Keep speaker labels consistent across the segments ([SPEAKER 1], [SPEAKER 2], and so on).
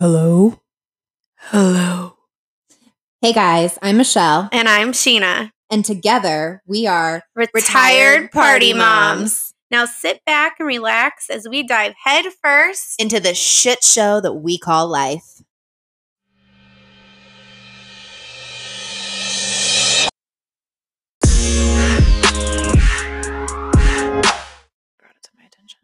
[SPEAKER 1] Hello? Hello.
[SPEAKER 2] Hey guys, I'm Michelle,
[SPEAKER 3] And I'm Sheena,
[SPEAKER 2] and together we are
[SPEAKER 3] retired, party, moms. Now sit back and relax as we dive head first.
[SPEAKER 2] into the shit show that we call life.
[SPEAKER 3] brought it to my attention.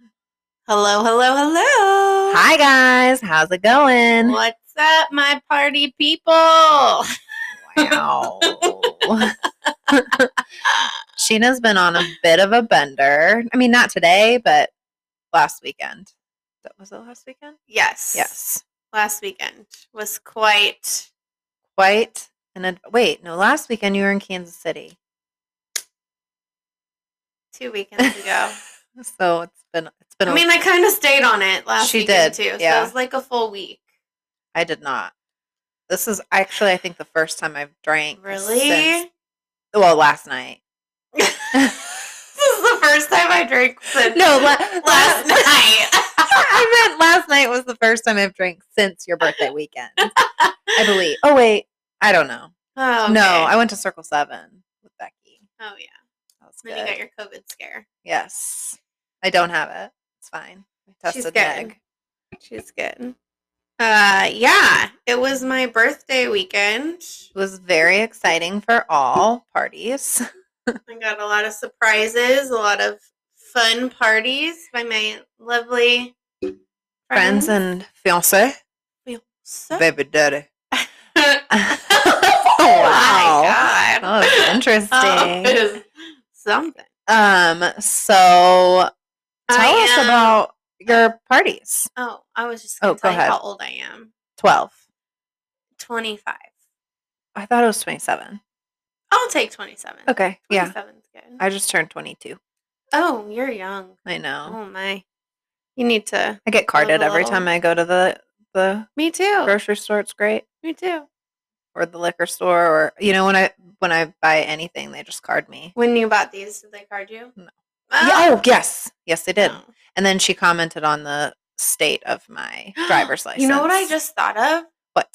[SPEAKER 3] Hello, hello, hello.
[SPEAKER 2] Hi guys, how's it going?
[SPEAKER 3] What's up, my party people?
[SPEAKER 2] Wow. Sheena's been on a bit of a bender. I mean, not today, but last weekend. That was it last weekend?
[SPEAKER 3] Yes.
[SPEAKER 2] Yes.
[SPEAKER 3] Last weekend was quite.
[SPEAKER 2] Quite and ad- wait, no, last weekend you were in Kansas City.
[SPEAKER 3] Two weekends ago.
[SPEAKER 2] so it's been it's been a
[SPEAKER 3] I mean, I kind of stayed on it last
[SPEAKER 2] She
[SPEAKER 3] weekend
[SPEAKER 2] did,
[SPEAKER 3] too. So
[SPEAKER 2] yeah.
[SPEAKER 3] it was like a full week.
[SPEAKER 2] I did not. This is actually, I think, the first time I've drank.
[SPEAKER 3] Really?
[SPEAKER 2] since- well, last night.
[SPEAKER 3] This is the first time I drank since
[SPEAKER 2] No, la-
[SPEAKER 3] last night.
[SPEAKER 2] I meant last night was the first time I've drank since your birthday weekend. I believe. Oh wait, I don't know.
[SPEAKER 3] Oh
[SPEAKER 2] No,
[SPEAKER 3] okay.
[SPEAKER 2] I went to Circle Seven with Becky.
[SPEAKER 3] Oh yeah.
[SPEAKER 2] That was
[SPEAKER 3] Then you got
[SPEAKER 2] good.
[SPEAKER 3] your COVID scare.
[SPEAKER 2] Yes, I don't have it. It's fine. I
[SPEAKER 3] She's
[SPEAKER 2] tested
[SPEAKER 3] good.
[SPEAKER 2] neg.
[SPEAKER 3] She's good. Uh yeah, it was my birthday weekend.
[SPEAKER 2] It was very exciting for all parties.
[SPEAKER 3] I got a lot of surprises, a lot of fun parties by my lovely
[SPEAKER 2] Friends, and fiance,
[SPEAKER 3] So-
[SPEAKER 2] baby daddy.
[SPEAKER 3] Oh my
[SPEAKER 2] wow.
[SPEAKER 3] God.
[SPEAKER 2] That was interesting.
[SPEAKER 3] Oh, it is something.
[SPEAKER 2] Um, so tell
[SPEAKER 3] I
[SPEAKER 2] us
[SPEAKER 3] am-
[SPEAKER 2] about your parties.
[SPEAKER 3] Oh, I was just
[SPEAKER 2] Oh,
[SPEAKER 3] gonna
[SPEAKER 2] go
[SPEAKER 3] tell you
[SPEAKER 2] ahead.
[SPEAKER 3] how old I am.
[SPEAKER 2] 12.
[SPEAKER 3] Twenty five.
[SPEAKER 2] I thought it was 27.
[SPEAKER 3] I'll take twenty seven.
[SPEAKER 2] Okay. Yeah.
[SPEAKER 3] 27's good.
[SPEAKER 2] I just turned 22.
[SPEAKER 3] oh, you're young.
[SPEAKER 2] I know.
[SPEAKER 3] Oh my. You need to
[SPEAKER 2] I get carded every
[SPEAKER 3] little-
[SPEAKER 2] time I go to the the
[SPEAKER 3] Me too.
[SPEAKER 2] grocery store. It's great.
[SPEAKER 3] Me too.
[SPEAKER 2] Or the liquor store or you know when I when I buy anything they just card me.
[SPEAKER 3] When you bought these, did they card you?
[SPEAKER 2] No. Yeah,
[SPEAKER 3] Oh,
[SPEAKER 2] oh, yes. Yes, they did.
[SPEAKER 3] no.
[SPEAKER 2] And then she commented on the state of my driver's license.
[SPEAKER 3] You know what I just thought of?
[SPEAKER 2] What?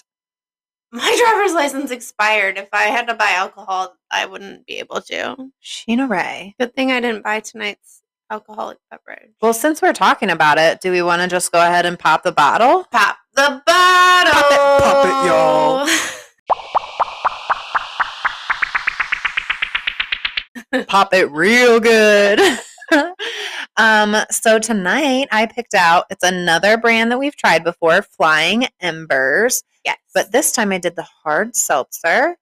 [SPEAKER 3] My driver's license expired. If I had to buy alcohol, I wouldn't be able to.
[SPEAKER 2] Sheena Ray.
[SPEAKER 3] Good thing I didn't buy tonight's alcoholic beverage.
[SPEAKER 2] Well, since we're talking about it, do we want to just go ahead and pop the bottle?
[SPEAKER 3] pop the bottle.
[SPEAKER 2] pop it, y'all. pop it real good. um, so tonight I picked out it's another brand that we've tried before, Flying Embers,
[SPEAKER 3] yes.
[SPEAKER 2] but this time I did the hard seltzer.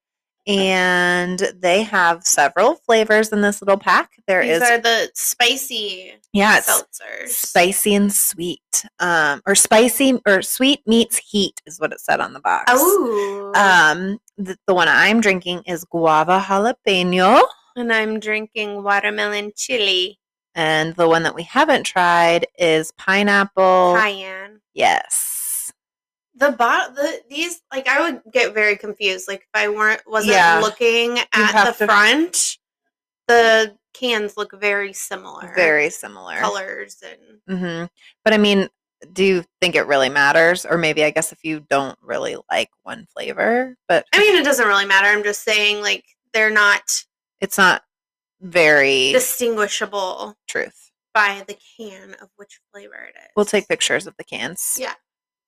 [SPEAKER 2] And they have several flavors in this little pack. There
[SPEAKER 3] these
[SPEAKER 2] is,
[SPEAKER 3] are the spicy
[SPEAKER 2] yeah, it's
[SPEAKER 3] seltzers.
[SPEAKER 2] spicy and sweet, um, or spicy or sweet meets heat is what it said on the box.
[SPEAKER 3] Oh.
[SPEAKER 2] Um, the, the one I'm drinking is guava jalapeno.
[SPEAKER 3] and I'm drinking watermelon chili.
[SPEAKER 2] And the one that we haven't tried is pineapple.
[SPEAKER 3] Cayenne.
[SPEAKER 2] Yes.
[SPEAKER 3] the bot the these like I would get very confused like if I weren't wasn't
[SPEAKER 2] Yeah.
[SPEAKER 3] looking at the
[SPEAKER 2] have to-
[SPEAKER 3] front the cans look very similar
[SPEAKER 2] Very similar.
[SPEAKER 3] colors and
[SPEAKER 2] hmm But I mean, do you think it really matters? Or maybe I guess if you don't really like one flavor, but
[SPEAKER 3] I mean it doesn't really matter I'm just saying like they're not
[SPEAKER 2] it's not very
[SPEAKER 3] distinguishable
[SPEAKER 2] truth.
[SPEAKER 3] by the can of which flavor it is
[SPEAKER 2] We'll take pictures of the cans.
[SPEAKER 3] Yeah.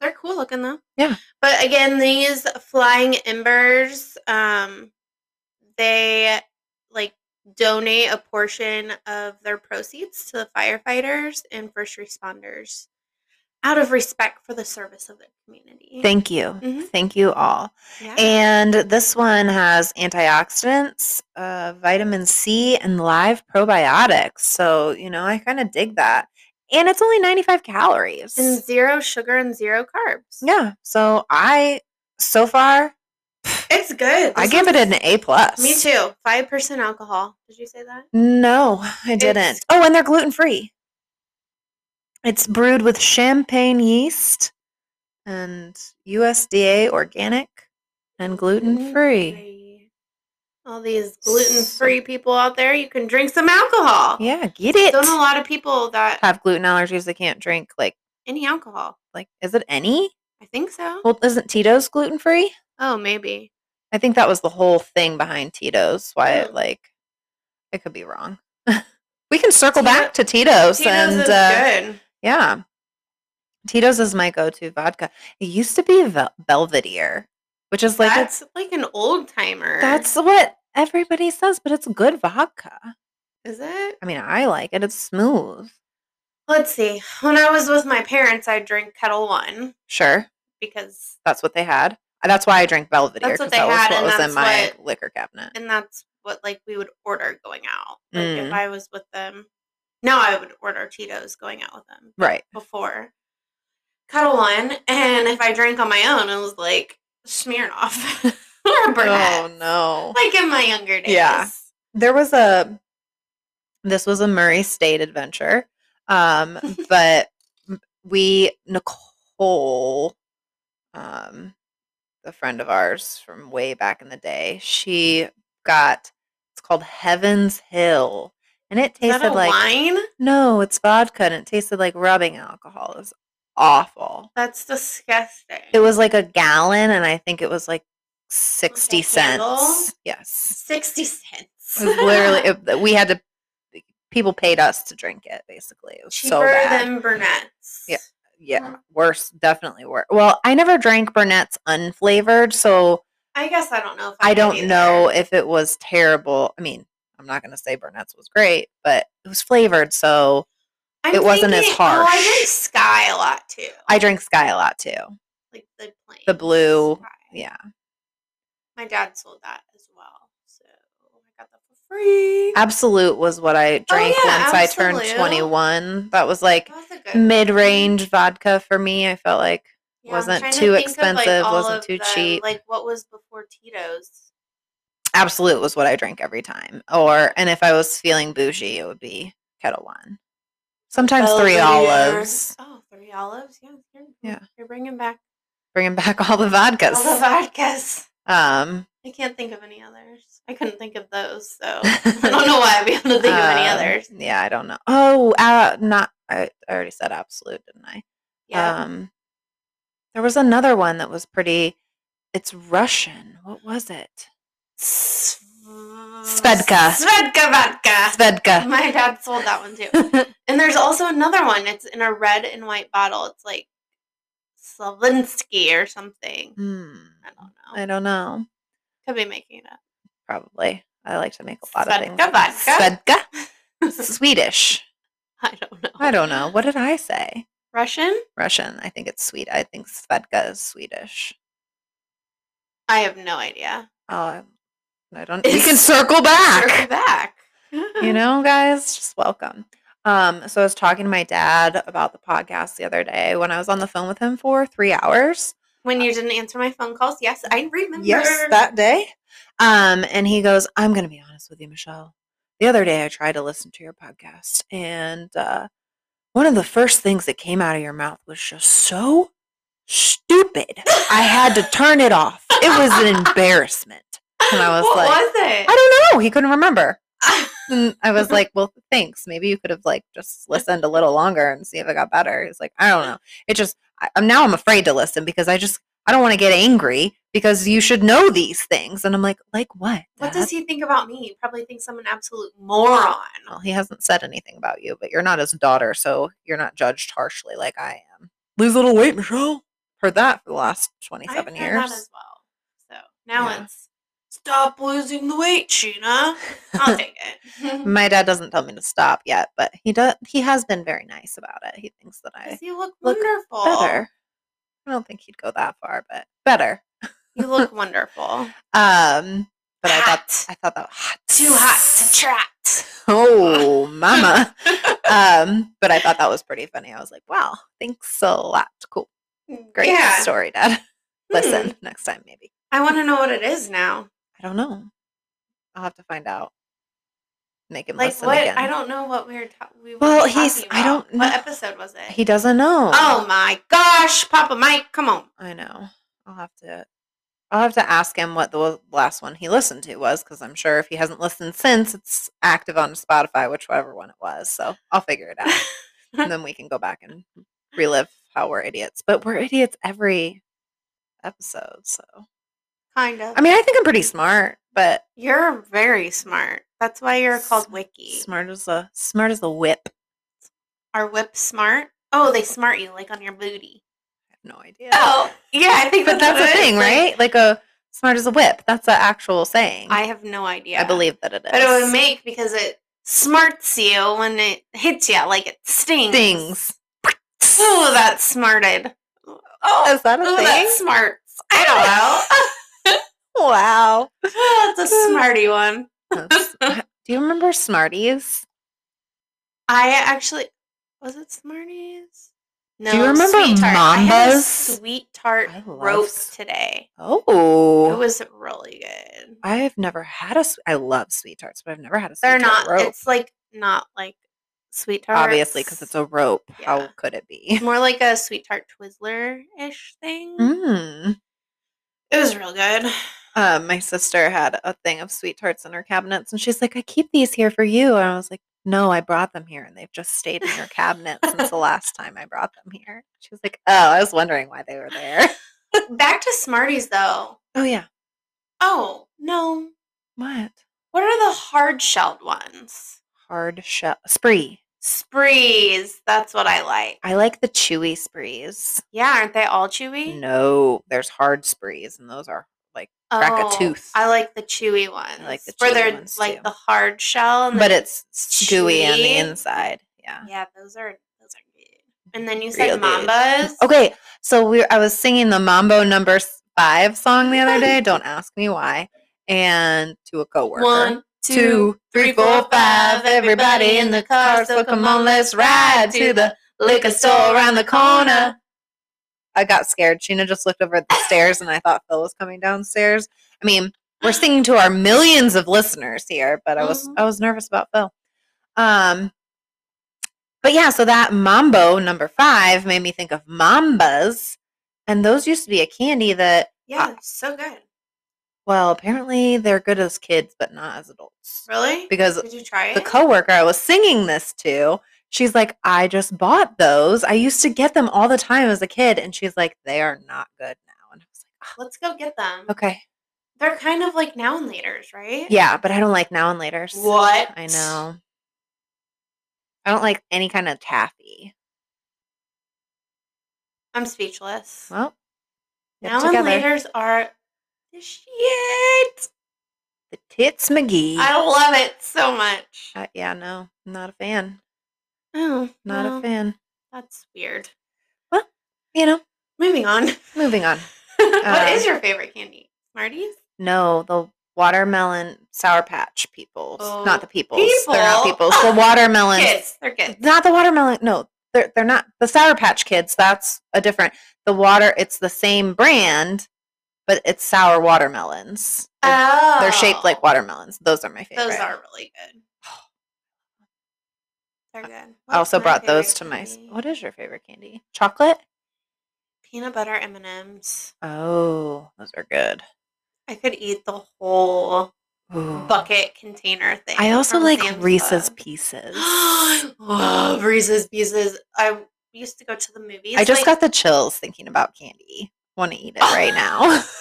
[SPEAKER 3] they're cool looking though
[SPEAKER 2] Yeah.
[SPEAKER 3] but again these flying embers um they like donate a portion of their proceeds to the firefighters and first responders out of respect for the service of the community
[SPEAKER 2] Thank you.
[SPEAKER 3] Mhm.
[SPEAKER 2] Thank you all.
[SPEAKER 3] yeah.
[SPEAKER 2] And this one has antioxidants, uh, vitamin C, and live probiotics. So, you know, I kind of dig that. And it's only 95 calories.
[SPEAKER 3] and zero sugar and zero carbs
[SPEAKER 2] yeah. So I, so far,
[SPEAKER 3] it's good
[SPEAKER 2] I
[SPEAKER 3] This
[SPEAKER 2] give it
[SPEAKER 3] one's-
[SPEAKER 2] an A plus.
[SPEAKER 3] me too five percent alcohol did you say that
[SPEAKER 2] No, I didn't. Oh, and they're gluten free. It's brewed with champagne yeast and USDA organic and gluten free.
[SPEAKER 3] all these gluten-free people out there you can drink some alcohol
[SPEAKER 2] Yeah, get it.
[SPEAKER 3] Don't a lot of people that
[SPEAKER 2] have gluten allergies they can't drink like
[SPEAKER 3] any alcohol?
[SPEAKER 2] like is it any
[SPEAKER 3] I think so.
[SPEAKER 2] Well, isn't Tito's gluten free?
[SPEAKER 3] Oh, maybe.
[SPEAKER 2] I think that was the whole thing behind Tito's. Why it
[SPEAKER 3] Hmm.
[SPEAKER 2] like I could be wrong. we can circle
[SPEAKER 3] Tito-
[SPEAKER 2] back to Tito's,
[SPEAKER 3] Tito's
[SPEAKER 2] and
[SPEAKER 3] is
[SPEAKER 2] uh,
[SPEAKER 3] good.
[SPEAKER 2] yeah, Tito's is my go-to vodka. It used to be Vel- Belvedere, which is like
[SPEAKER 3] that's like an old timer.
[SPEAKER 2] it's that's what everybody says, but it's good vodka.
[SPEAKER 3] is it.
[SPEAKER 2] I mean, I like it. It's smooth.
[SPEAKER 3] Let's see. When I was with my parents, I drank Kettle One
[SPEAKER 2] Sure,
[SPEAKER 3] because,
[SPEAKER 2] that's what they had. Uh, That's why I drank Belvedere
[SPEAKER 3] That's
[SPEAKER 2] because
[SPEAKER 3] what they
[SPEAKER 2] that was
[SPEAKER 3] had,
[SPEAKER 2] what
[SPEAKER 3] and
[SPEAKER 2] was
[SPEAKER 3] that's
[SPEAKER 2] in my
[SPEAKER 3] what-
[SPEAKER 2] liquor cabinet.
[SPEAKER 3] and that's what like we would order going out. Like
[SPEAKER 2] Mm.
[SPEAKER 3] if I was with them, now I would order Tito's going out with them
[SPEAKER 2] right.
[SPEAKER 3] before Kettle One, and if I drank on my own, it was like Smirnoff or Burnett.
[SPEAKER 2] Oh no.
[SPEAKER 3] Like in my younger days.
[SPEAKER 2] Yeah. there was a this was a Murray State adventure. Um, but m- we Nicole, um, a friend of ours from way back in the day, she got it's called Heaven's Hill. And it
[SPEAKER 3] Is that
[SPEAKER 2] tasted
[SPEAKER 3] a
[SPEAKER 2] like
[SPEAKER 3] wine?
[SPEAKER 2] no, it's vodka and it tasted like rubbing alcohol. It was awful.
[SPEAKER 3] That's disgusting.
[SPEAKER 2] It was like a gallon and I think it was like sixty
[SPEAKER 3] handle?
[SPEAKER 2] cents. Yes.
[SPEAKER 3] 60 cents.
[SPEAKER 2] It was literally it, we had to people paid us to drink it basically. It was
[SPEAKER 3] cheaper
[SPEAKER 2] so bad.
[SPEAKER 3] than Mm. Burnett's.
[SPEAKER 2] Yeah. yeah, worse, definitely worse. Well, I never drank Burnett's unflavored, so
[SPEAKER 3] I guess I don't know if I,
[SPEAKER 2] I
[SPEAKER 3] would
[SPEAKER 2] don't
[SPEAKER 3] either.
[SPEAKER 2] know if it was terrible. I mean, I'm not going to say Burnett's was great, but it was flavored, so
[SPEAKER 3] I'm
[SPEAKER 2] it wasn't as
[SPEAKER 3] thinking- Oh, I
[SPEAKER 2] harsh.
[SPEAKER 3] drink Sky a lot too.
[SPEAKER 2] I drank Sky a lot too.
[SPEAKER 3] like the plain
[SPEAKER 2] blue-
[SPEAKER 3] Sky.
[SPEAKER 2] Yeah.
[SPEAKER 3] My dad sold that as well, so I got that for free.
[SPEAKER 2] Absolute was what I drank
[SPEAKER 3] Oh, yeah,
[SPEAKER 2] once I
[SPEAKER 3] Absolute.
[SPEAKER 2] turned 21. That was like
[SPEAKER 3] That was a good
[SPEAKER 2] mid-range vodka for me. I felt like
[SPEAKER 3] Yeah, I'm
[SPEAKER 2] wasn't
[SPEAKER 3] trying to
[SPEAKER 2] too
[SPEAKER 3] think of, like,
[SPEAKER 2] expensive,
[SPEAKER 3] all
[SPEAKER 2] wasn't
[SPEAKER 3] of
[SPEAKER 2] too
[SPEAKER 3] the-
[SPEAKER 2] cheap.
[SPEAKER 3] Like what was before Tito's?
[SPEAKER 2] Absolute was what I drank every time. Or and if I was feeling bougie, it would be Kettle One. Sometimes
[SPEAKER 3] Oh,
[SPEAKER 2] Three
[SPEAKER 3] Belvedere.
[SPEAKER 2] Olives.
[SPEAKER 3] Oh, three olives. Yeah, you're,
[SPEAKER 2] Yeah.
[SPEAKER 3] You're bringing back
[SPEAKER 2] Bringing back all the
[SPEAKER 3] all the
[SPEAKER 2] vodkas.
[SPEAKER 3] vodkas.
[SPEAKER 2] Um,
[SPEAKER 3] I can't think of any others. I couldn't think of those, so I don't know why I'd be able to think of any
[SPEAKER 2] um,
[SPEAKER 3] others.
[SPEAKER 2] Yeah, I don't know. Oh, uh, not. I, I already said Absolute, didn't I?
[SPEAKER 3] Yeah.
[SPEAKER 2] Um, there was another one that was pretty. It's Russian. What was it? Svedka.
[SPEAKER 3] Svedka vodka.
[SPEAKER 2] Svedka.
[SPEAKER 3] My dad sold that one too. And there's also another one. It's in a red and white bottle. It's like Slavinsky or something.
[SPEAKER 2] Hmm,
[SPEAKER 3] I don't know.
[SPEAKER 2] I don't know.
[SPEAKER 3] Could be making it up.
[SPEAKER 2] Probably. I like to make a lot of things.
[SPEAKER 3] Svedka vodka.
[SPEAKER 2] Svedka. Swedish.
[SPEAKER 3] I don't know.
[SPEAKER 2] I don't know. What did I say?
[SPEAKER 3] Russian?
[SPEAKER 2] Russian. I think it's sweet. I think Svedka is Swedish.
[SPEAKER 3] I have no idea.
[SPEAKER 2] Uh, I don't. We can circle back.
[SPEAKER 3] Circle back.
[SPEAKER 2] You know, guys, just welcome. Um, so I was talking to my dad about the podcast the other day when I was on the phone with him for three hours.
[SPEAKER 3] When you didn't answer my phone calls, yes, I remember.
[SPEAKER 2] that day. Um, and he goes, "I'm going to be honest with you, Michelle. The other day I tried to listen to your podcast, and uh, one of the first things that came out of your mouth was just so stupid." I had to turn it off. It was an embarrassment. And I was
[SPEAKER 3] what
[SPEAKER 2] like,
[SPEAKER 3] was it?
[SPEAKER 2] I don't know. He couldn't remember. And I was like, well, thanks. Maybe you could have like just listened a little longer and see if it got better. He's like, I don't know. It just I, I'm now I'm afraid to listen because I just I don't want to get angry because you should know these things. And I'm like, like what?
[SPEAKER 3] What
[SPEAKER 2] Dad?"
[SPEAKER 3] does he think about me? He probably thinks I'm an absolute moron.
[SPEAKER 2] Well, he hasn't said anything about you, but you're not his daughter, so you're not judged harshly like I am. Lose a little weight, Michelle. Heard that for the last
[SPEAKER 3] I've
[SPEAKER 2] 27
[SPEAKER 3] done
[SPEAKER 2] years.
[SPEAKER 3] That as well. So now
[SPEAKER 2] Yeah.
[SPEAKER 3] it's stop losing the weight, Sheena. I'll take it.
[SPEAKER 2] My dad doesn't tell me to stop yet, but he does. He has been very nice about it. He thinks that I
[SPEAKER 3] Because you look,
[SPEAKER 2] Look
[SPEAKER 3] wonderful.
[SPEAKER 2] better. I don't think he'd go that far, but better.
[SPEAKER 3] You look wonderful.
[SPEAKER 2] Um, but I thought
[SPEAKER 3] Hot.
[SPEAKER 2] I thought that hot.
[SPEAKER 3] Too hot to trot.
[SPEAKER 2] Oh, mama. um, but I thought that was pretty funny. I was like, wow, thanks a lot. Cool, great
[SPEAKER 3] Yeah.
[SPEAKER 2] story, Dad. Listen
[SPEAKER 3] Hmm.
[SPEAKER 2] next time, maybe.
[SPEAKER 3] I want to know what it is now.
[SPEAKER 2] I don't know. I'll have to find out. Make him
[SPEAKER 3] Like
[SPEAKER 2] listen
[SPEAKER 3] what?
[SPEAKER 2] again.
[SPEAKER 3] I don't know what we were, ta- we were
[SPEAKER 2] Well,
[SPEAKER 3] talking
[SPEAKER 2] he's- I
[SPEAKER 3] about.
[SPEAKER 2] don't
[SPEAKER 3] What
[SPEAKER 2] know.
[SPEAKER 3] episode was it?
[SPEAKER 2] He doesn't know.
[SPEAKER 3] oh my gosh, Papa Mike, come on.
[SPEAKER 2] I know. I'll have to. I'll have to ask him what the wa- last one he listened to was, because I'm sure if he hasn't listened since, it's active on Spotify, whichever one it was. So I'll figure it out, and then we can go back and relive how we're idiots, but we're idiots every episode. So,
[SPEAKER 3] Kind of.
[SPEAKER 2] I mean, I think I'm pretty smart, but
[SPEAKER 3] you're very smart. That's why you're called Wiki.
[SPEAKER 2] smart as a smart as a whip.
[SPEAKER 3] Are whips smart? Oh, they smart you like on your booty.
[SPEAKER 2] I have no idea.
[SPEAKER 3] Oh, yeah, I think
[SPEAKER 2] Oh. but that's
[SPEAKER 3] what
[SPEAKER 2] a
[SPEAKER 3] it is,
[SPEAKER 2] thing,
[SPEAKER 3] like,
[SPEAKER 2] right? Like a smart as a whip. That's an actual saying.
[SPEAKER 3] I have no idea.
[SPEAKER 2] I believe that it is.
[SPEAKER 3] but it would make because it smarts you when it hits you, like it stings.
[SPEAKER 2] things.
[SPEAKER 3] Oh, that's smarted. Oh,
[SPEAKER 2] Is that a
[SPEAKER 3] ooh,
[SPEAKER 2] thing?
[SPEAKER 3] that's smart. I don't know.
[SPEAKER 2] Wow.
[SPEAKER 3] Oh, that's a smarty one.
[SPEAKER 2] That's- Do you remember Smarties?
[SPEAKER 3] I actually was it Smarties. No,
[SPEAKER 2] you remember
[SPEAKER 3] sweet tart. I had a
[SPEAKER 2] Mambas?
[SPEAKER 3] sweet tart
[SPEAKER 2] I love
[SPEAKER 3] roast
[SPEAKER 2] s-
[SPEAKER 3] today. It
[SPEAKER 2] Oh,
[SPEAKER 3] was really good.
[SPEAKER 2] I've never had a. sw- I love sweet tarts, but I've never had a. Sweet
[SPEAKER 3] They're
[SPEAKER 2] tart
[SPEAKER 3] not.
[SPEAKER 2] rope.
[SPEAKER 3] It's like not like sweet tarts.
[SPEAKER 2] obviously because it's a rope. How
[SPEAKER 3] Yeah.
[SPEAKER 2] could it be?
[SPEAKER 3] more like a sweet tart Twizzler ish thing.
[SPEAKER 2] Mm.
[SPEAKER 3] It was real good.
[SPEAKER 2] Uh, my sister had a thing of sweet tarts in her cabinets, and she's like, "I keep these here for you," and I was like, "No, I brought them here, and they've just stayed in your cabinet since the last time I brought them here." She was like, "Oh, I was wondering why they were there."
[SPEAKER 3] Back to Smarties though.
[SPEAKER 2] oh yeah,
[SPEAKER 3] Oh no,
[SPEAKER 2] what
[SPEAKER 3] what are the hard shelled ones?
[SPEAKER 2] hard shell spree?
[SPEAKER 3] Sprees. That's what I like.
[SPEAKER 2] I like the chewy sprees.
[SPEAKER 3] Yeah, aren't they all chewy?
[SPEAKER 2] No, there's hard sprees, and those are like, crack a tooth.
[SPEAKER 3] Oh, I like the chewy ones.
[SPEAKER 2] like the
[SPEAKER 3] where
[SPEAKER 2] chewy
[SPEAKER 3] they're
[SPEAKER 2] ones,
[SPEAKER 3] like
[SPEAKER 2] too.
[SPEAKER 3] the hard shell, and
[SPEAKER 2] but
[SPEAKER 3] then-
[SPEAKER 2] it's gooey on the
[SPEAKER 3] chewy.
[SPEAKER 2] inside. Yeah.
[SPEAKER 3] yeah, those are those are good. And then you
[SPEAKER 2] Real
[SPEAKER 3] said
[SPEAKER 2] good.
[SPEAKER 3] mambas.
[SPEAKER 2] Okay, so we I was singing the Mambo number s- five song the other day. Don't ask me why. And to a coworker.
[SPEAKER 3] One,
[SPEAKER 2] two, three, four, five. Everybody in the car, so come on, let's ride to the liquor store around the corner. I got scared. Sheena just looked over at the stairs, and I thought Phil was coming downstairs. I mean, we're singing to our millions of listeners here, but I was
[SPEAKER 3] Mhm.
[SPEAKER 2] I was nervous about Phil. Um, but yeah, so that mambo number five made me think of mambas, and those used to be a candy that
[SPEAKER 3] Yeah, so good.
[SPEAKER 2] well, apparently they're good as kids, but not as adults
[SPEAKER 3] Really?
[SPEAKER 2] because
[SPEAKER 3] Did you try it?
[SPEAKER 2] the coworker I was singing this to, she's like, I just bought those. I used to get them all the time as a kid. And she's like, they are not good now. And I was like,
[SPEAKER 3] Let's go get them.
[SPEAKER 2] "Ah, okay.
[SPEAKER 3] They're kind of like now and laters, right?
[SPEAKER 2] Yeah, but I don't like now and later.
[SPEAKER 3] What?
[SPEAKER 2] I know. I don't like any kind of taffy.
[SPEAKER 3] I'm speechless.
[SPEAKER 2] Well, get
[SPEAKER 3] now
[SPEAKER 2] together.
[SPEAKER 3] and laters are the shit.
[SPEAKER 2] The Tits McGee.
[SPEAKER 3] I love it so much.
[SPEAKER 2] Uh, yeah, no, not a fan.
[SPEAKER 3] Oh,
[SPEAKER 2] Not
[SPEAKER 3] well,
[SPEAKER 2] a fan.
[SPEAKER 3] That's weird.
[SPEAKER 2] You know,
[SPEAKER 3] Moving on.
[SPEAKER 2] moving on.
[SPEAKER 3] What is
[SPEAKER 2] Uh,
[SPEAKER 3] your favorite candy? Smarties?
[SPEAKER 2] No, the watermelon sour patch peoples.
[SPEAKER 3] Oh,
[SPEAKER 2] not the peoples. They're not
[SPEAKER 3] people.
[SPEAKER 2] peoples. The watermelon.
[SPEAKER 3] Kids. They're kids.
[SPEAKER 2] Not the watermelon. No, they're they're not the Sour Patch Kids. That's a different. The water. It's the same brand, but it's sour watermelons. They're,
[SPEAKER 3] Oh.
[SPEAKER 2] they're shaped like watermelons. Those are my favorite.
[SPEAKER 3] Those are really good. They're good.
[SPEAKER 2] I also
[SPEAKER 3] What's my
[SPEAKER 2] brought those
[SPEAKER 3] favorite
[SPEAKER 2] to my. s-
[SPEAKER 3] candy?
[SPEAKER 2] What is your favorite candy? Chocolate.
[SPEAKER 3] peanut butter M&Ms.
[SPEAKER 2] Oh, those are good.
[SPEAKER 3] I could eat the whole
[SPEAKER 2] Ooh.
[SPEAKER 3] bucket container thing.
[SPEAKER 2] I also
[SPEAKER 3] from
[SPEAKER 2] like
[SPEAKER 3] Sam's
[SPEAKER 2] Reese's
[SPEAKER 3] Club.
[SPEAKER 2] Pieces.
[SPEAKER 3] I love Reese's Pieces. I used to go to the movies.
[SPEAKER 2] I just
[SPEAKER 3] like-
[SPEAKER 2] got the chills thinking about candy. Want to eat it right now? Is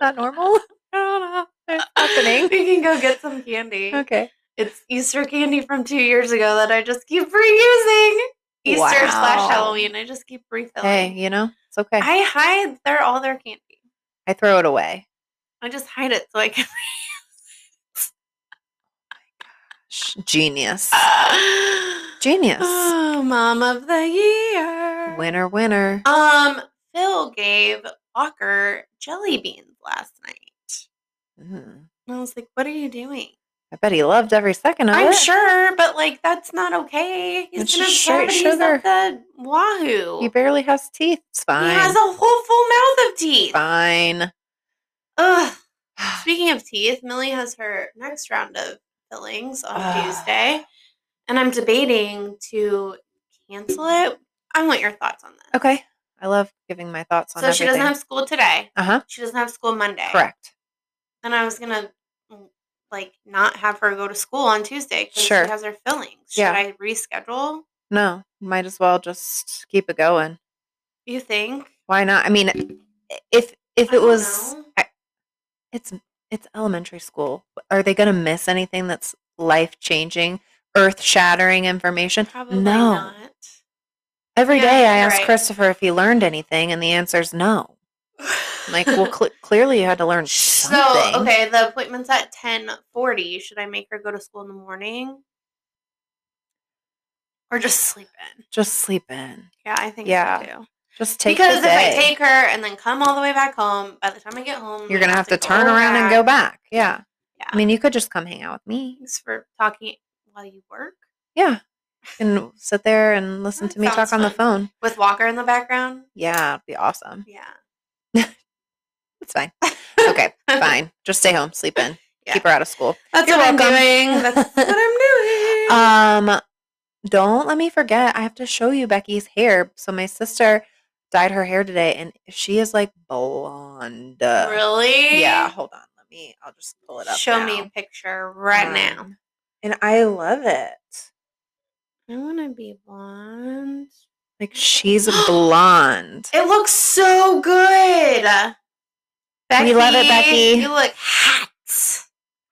[SPEAKER 2] that normal? I don't know. It's happening.
[SPEAKER 3] We can go get some candy.
[SPEAKER 2] Okay.
[SPEAKER 3] It's Easter candy from two years ago that I just keep reusing. Easter
[SPEAKER 2] Wow.
[SPEAKER 3] slash Halloween. I just keep refilling.
[SPEAKER 2] Hey, you know it's okay. I,
[SPEAKER 3] I hide their all their candy.
[SPEAKER 2] throw it away.
[SPEAKER 3] I just hide it so I can.
[SPEAKER 2] Sh- Genius.
[SPEAKER 3] Ah.
[SPEAKER 2] Genius.
[SPEAKER 3] Oh, mom of the year.
[SPEAKER 2] Winner, winner.
[SPEAKER 3] Um, Phil gave Walker jelly beans last night.
[SPEAKER 2] Mm.
[SPEAKER 3] And I was like, what are you doing?
[SPEAKER 2] I bet he loved every second of it.
[SPEAKER 3] I'm sure, but like that's not okay. He's
[SPEAKER 2] It's
[SPEAKER 3] gonna
[SPEAKER 2] just
[SPEAKER 3] have
[SPEAKER 2] straight
[SPEAKER 3] cavities at
[SPEAKER 2] sugar.
[SPEAKER 3] the Wahoo.
[SPEAKER 2] He barely has teeth. It's fine.
[SPEAKER 3] He has a whole full mouth of teeth.
[SPEAKER 2] fine.
[SPEAKER 3] Ugh. Speaking of teeth, Millie has her next round of fillings on
[SPEAKER 2] Ugh.
[SPEAKER 3] Tuesday. And I'm debating to cancel it. I want your thoughts on this.
[SPEAKER 2] okay. I love giving my thoughts on
[SPEAKER 3] So she
[SPEAKER 2] everything.
[SPEAKER 3] doesn't have school today.
[SPEAKER 2] uh huh.
[SPEAKER 3] She doesn't have school Monday.
[SPEAKER 2] Correct.
[SPEAKER 3] and I was gonna mm, like not have her go to school on Tuesday because
[SPEAKER 2] Sure.
[SPEAKER 3] she has her fillings. Should
[SPEAKER 2] Yeah.
[SPEAKER 3] I reschedule?
[SPEAKER 2] No, might as well just keep it going.
[SPEAKER 3] You think?
[SPEAKER 2] Why not? I mean, if if
[SPEAKER 3] I
[SPEAKER 2] it
[SPEAKER 3] don't
[SPEAKER 2] was,
[SPEAKER 3] know.
[SPEAKER 2] it's it's elementary school. Are they going to miss anything that's life changing, earth shattering information?
[SPEAKER 3] probably
[SPEAKER 2] no.
[SPEAKER 3] not.
[SPEAKER 2] Every day
[SPEAKER 3] Yeah,
[SPEAKER 2] I
[SPEAKER 3] you're
[SPEAKER 2] ask
[SPEAKER 3] right.
[SPEAKER 2] Christopher if he learned anything, and the answer is no. I'm like, well, cle clearly you had to learn something.
[SPEAKER 3] so okay, the appointment's at ten forty. Should I make her go to school in the morning, or just sleep in?
[SPEAKER 2] Just sleep in.
[SPEAKER 3] Yeah, I think
[SPEAKER 2] Yeah.
[SPEAKER 3] so too.
[SPEAKER 2] Just take
[SPEAKER 3] because
[SPEAKER 2] the day.
[SPEAKER 3] if I take her and then come all the way back home, by the time I get home,
[SPEAKER 2] You're
[SPEAKER 3] then
[SPEAKER 2] gonna
[SPEAKER 3] I
[SPEAKER 2] have to
[SPEAKER 3] go
[SPEAKER 2] turn around and go back. Yeah.
[SPEAKER 3] Yeah.
[SPEAKER 2] I mean, you could just come hang out with me.
[SPEAKER 3] Thanks for talking while you work
[SPEAKER 2] Yeah. And sit there and listen
[SPEAKER 3] That
[SPEAKER 2] to me talk
[SPEAKER 3] sounds
[SPEAKER 2] on the
[SPEAKER 3] fun.
[SPEAKER 2] phone.
[SPEAKER 3] with Walker in the background.
[SPEAKER 2] Yeah, it'd be awesome.
[SPEAKER 3] Yeah.
[SPEAKER 2] It's fine. Okay, fine. Just stay home, sleep in,
[SPEAKER 3] Yeah.
[SPEAKER 2] keep her out of school.
[SPEAKER 3] That's
[SPEAKER 2] You're
[SPEAKER 3] what I'm
[SPEAKER 2] welcome.
[SPEAKER 3] doing. That's what I'm doing.
[SPEAKER 2] Um, don't let me forget. I have to show you Becky's hair. So my sister dyed her hair today, and she is like blonde.
[SPEAKER 3] really?
[SPEAKER 2] Uh, Yeah. Hold on. Let me. I'll just pull it up.
[SPEAKER 3] Show me
[SPEAKER 2] now.
[SPEAKER 3] a picture right now.
[SPEAKER 2] Um, And I love it.
[SPEAKER 3] I want to be blonde.
[SPEAKER 2] Like she's blonde.
[SPEAKER 3] It looks so good. Becky,
[SPEAKER 2] We love it, Becky.
[SPEAKER 3] You look hot.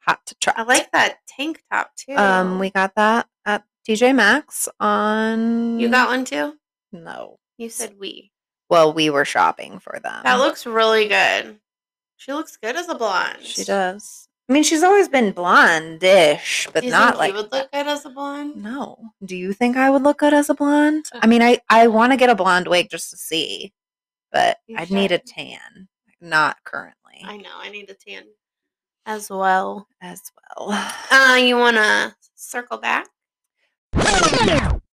[SPEAKER 2] Hot to try.
[SPEAKER 3] I like that tank top too.
[SPEAKER 2] Um, we got that at TJ Maxx on.
[SPEAKER 3] you got one too.
[SPEAKER 2] no.
[SPEAKER 3] You said we.
[SPEAKER 2] Well, we were shopping for them.
[SPEAKER 3] That looks really good. She looks good as a blonde.
[SPEAKER 2] She does. I mean, she's always been blondish, but
[SPEAKER 3] Do you
[SPEAKER 2] not
[SPEAKER 3] think
[SPEAKER 2] like
[SPEAKER 3] you would look good as a blonde.
[SPEAKER 2] No. Do you think I would look good as a blonde? I mean, I I want to get a blonde wig just to see, but
[SPEAKER 3] You
[SPEAKER 2] I'd need a
[SPEAKER 3] should.
[SPEAKER 2] tan. Not currently,
[SPEAKER 3] I know. I need a tan as well.
[SPEAKER 2] as well.
[SPEAKER 3] Uh, you want to circle back?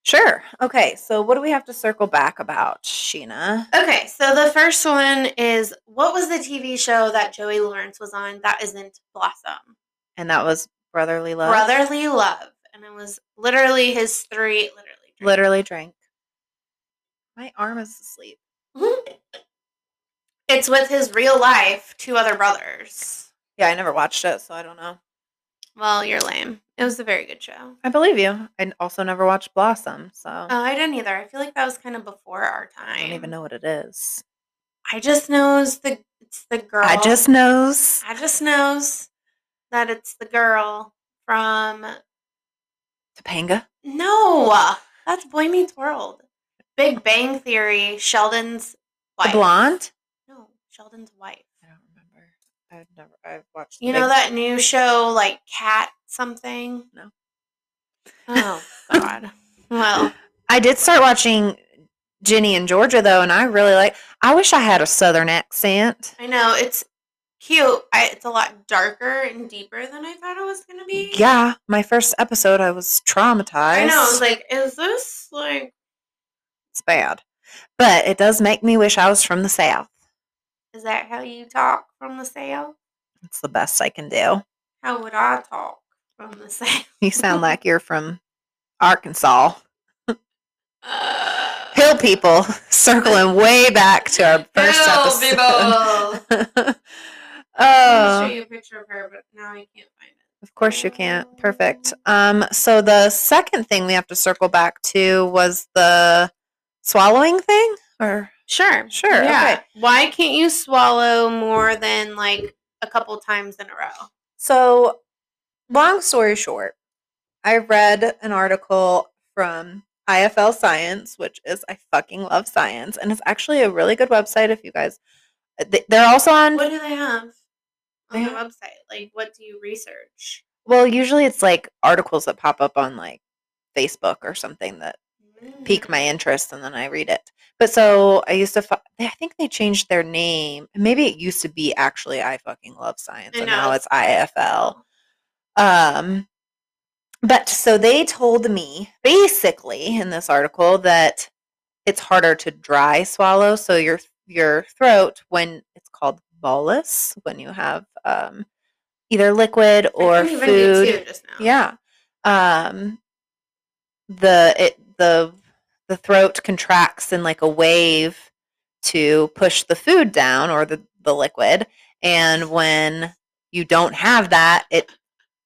[SPEAKER 2] Sure. Okay. So, what do we have to circle back about, Sheena?
[SPEAKER 3] Okay, so the first one is what was the TV show that Joey Lawrence was on that isn't Blossom?
[SPEAKER 2] And that was brotherly love.
[SPEAKER 3] Brotherly Love. And it was literally his three, literally. drink.
[SPEAKER 2] literally drank. My arm is asleep.
[SPEAKER 3] It's with his real life, two other brothers.
[SPEAKER 2] Yeah, I never watched it, so I don't know.
[SPEAKER 3] Well, you're lame. It was a very good show.
[SPEAKER 2] I believe you. I also never watched Blossom, so
[SPEAKER 3] Oh, I didn't either. I feel like that was kind of before our time.
[SPEAKER 2] I don't even know what it is.
[SPEAKER 3] I just knows the it's the girl.
[SPEAKER 2] I just knows.
[SPEAKER 3] I just knows that it's the girl from
[SPEAKER 2] Topanga.
[SPEAKER 3] No, that's Boy Meets World. Big Bang Theory. Sheldon's
[SPEAKER 2] The
[SPEAKER 3] wife.
[SPEAKER 2] blonde.
[SPEAKER 3] No, Sheldon's wife.
[SPEAKER 2] I don't remember. I've never. I've watched. the
[SPEAKER 3] You know
[SPEAKER 2] Big-
[SPEAKER 3] that new show, like Cat something?
[SPEAKER 2] No.
[SPEAKER 3] Oh God. well,
[SPEAKER 2] I did start watching Ginny and Georgia though, and I really like. I wish I had a southern accent.
[SPEAKER 3] I know it's cute. I, it's a lot darker and deeper than I thought it was gonna be.
[SPEAKER 2] Yeah, my first episode, I was traumatized.
[SPEAKER 3] I know. I was like, is this like?
[SPEAKER 2] it's bad, but it does make me wish I was from the south.
[SPEAKER 3] Is that how you talk from the sale?
[SPEAKER 2] It's the best I can do.
[SPEAKER 3] How would I talk from the sale?
[SPEAKER 2] You sound like you're from Arkansas.
[SPEAKER 3] Uh,
[SPEAKER 2] Hill people, circling way back to our first episode.
[SPEAKER 3] Hill people. I'll show
[SPEAKER 2] oh,
[SPEAKER 3] you a picture of her, but now I can't find it.
[SPEAKER 2] of course you can't. Perfect. Um, so the second thing we have to circle back to was the swallowing thing, or
[SPEAKER 3] Sure.
[SPEAKER 2] Sure,
[SPEAKER 3] Yeah.
[SPEAKER 2] okay.
[SPEAKER 3] Why can't you swallow more than like a couple times in a row?
[SPEAKER 2] So, long story short, I read an article from IFL Science, which is I fucking love science, and it's actually a really good website. If you guys, th- they're also
[SPEAKER 3] What
[SPEAKER 2] on.
[SPEAKER 3] do they have
[SPEAKER 2] They
[SPEAKER 3] on the
[SPEAKER 2] have-
[SPEAKER 3] website? Like, what do you research?
[SPEAKER 2] Well, usually it's like articles that pop up on like Facebook or something that
[SPEAKER 3] Mm.
[SPEAKER 2] pique my interest, and then I read it. But so I used to. Fo- I think they changed their name. Maybe it used to be actually I fucking love science,
[SPEAKER 3] I
[SPEAKER 2] and
[SPEAKER 3] know,
[SPEAKER 2] now
[SPEAKER 3] it's
[SPEAKER 2] it's IFL. Um, but so they told me basically in this article that it's harder to dry swallow. So your your throat when it's called bolus when you have um, either liquid or
[SPEAKER 3] I couldn't even
[SPEAKER 2] food.
[SPEAKER 3] do two just now.
[SPEAKER 2] Yeah. Um the it the the throat contracts in like a wave to push the food down or the the liquid and when you don't have that it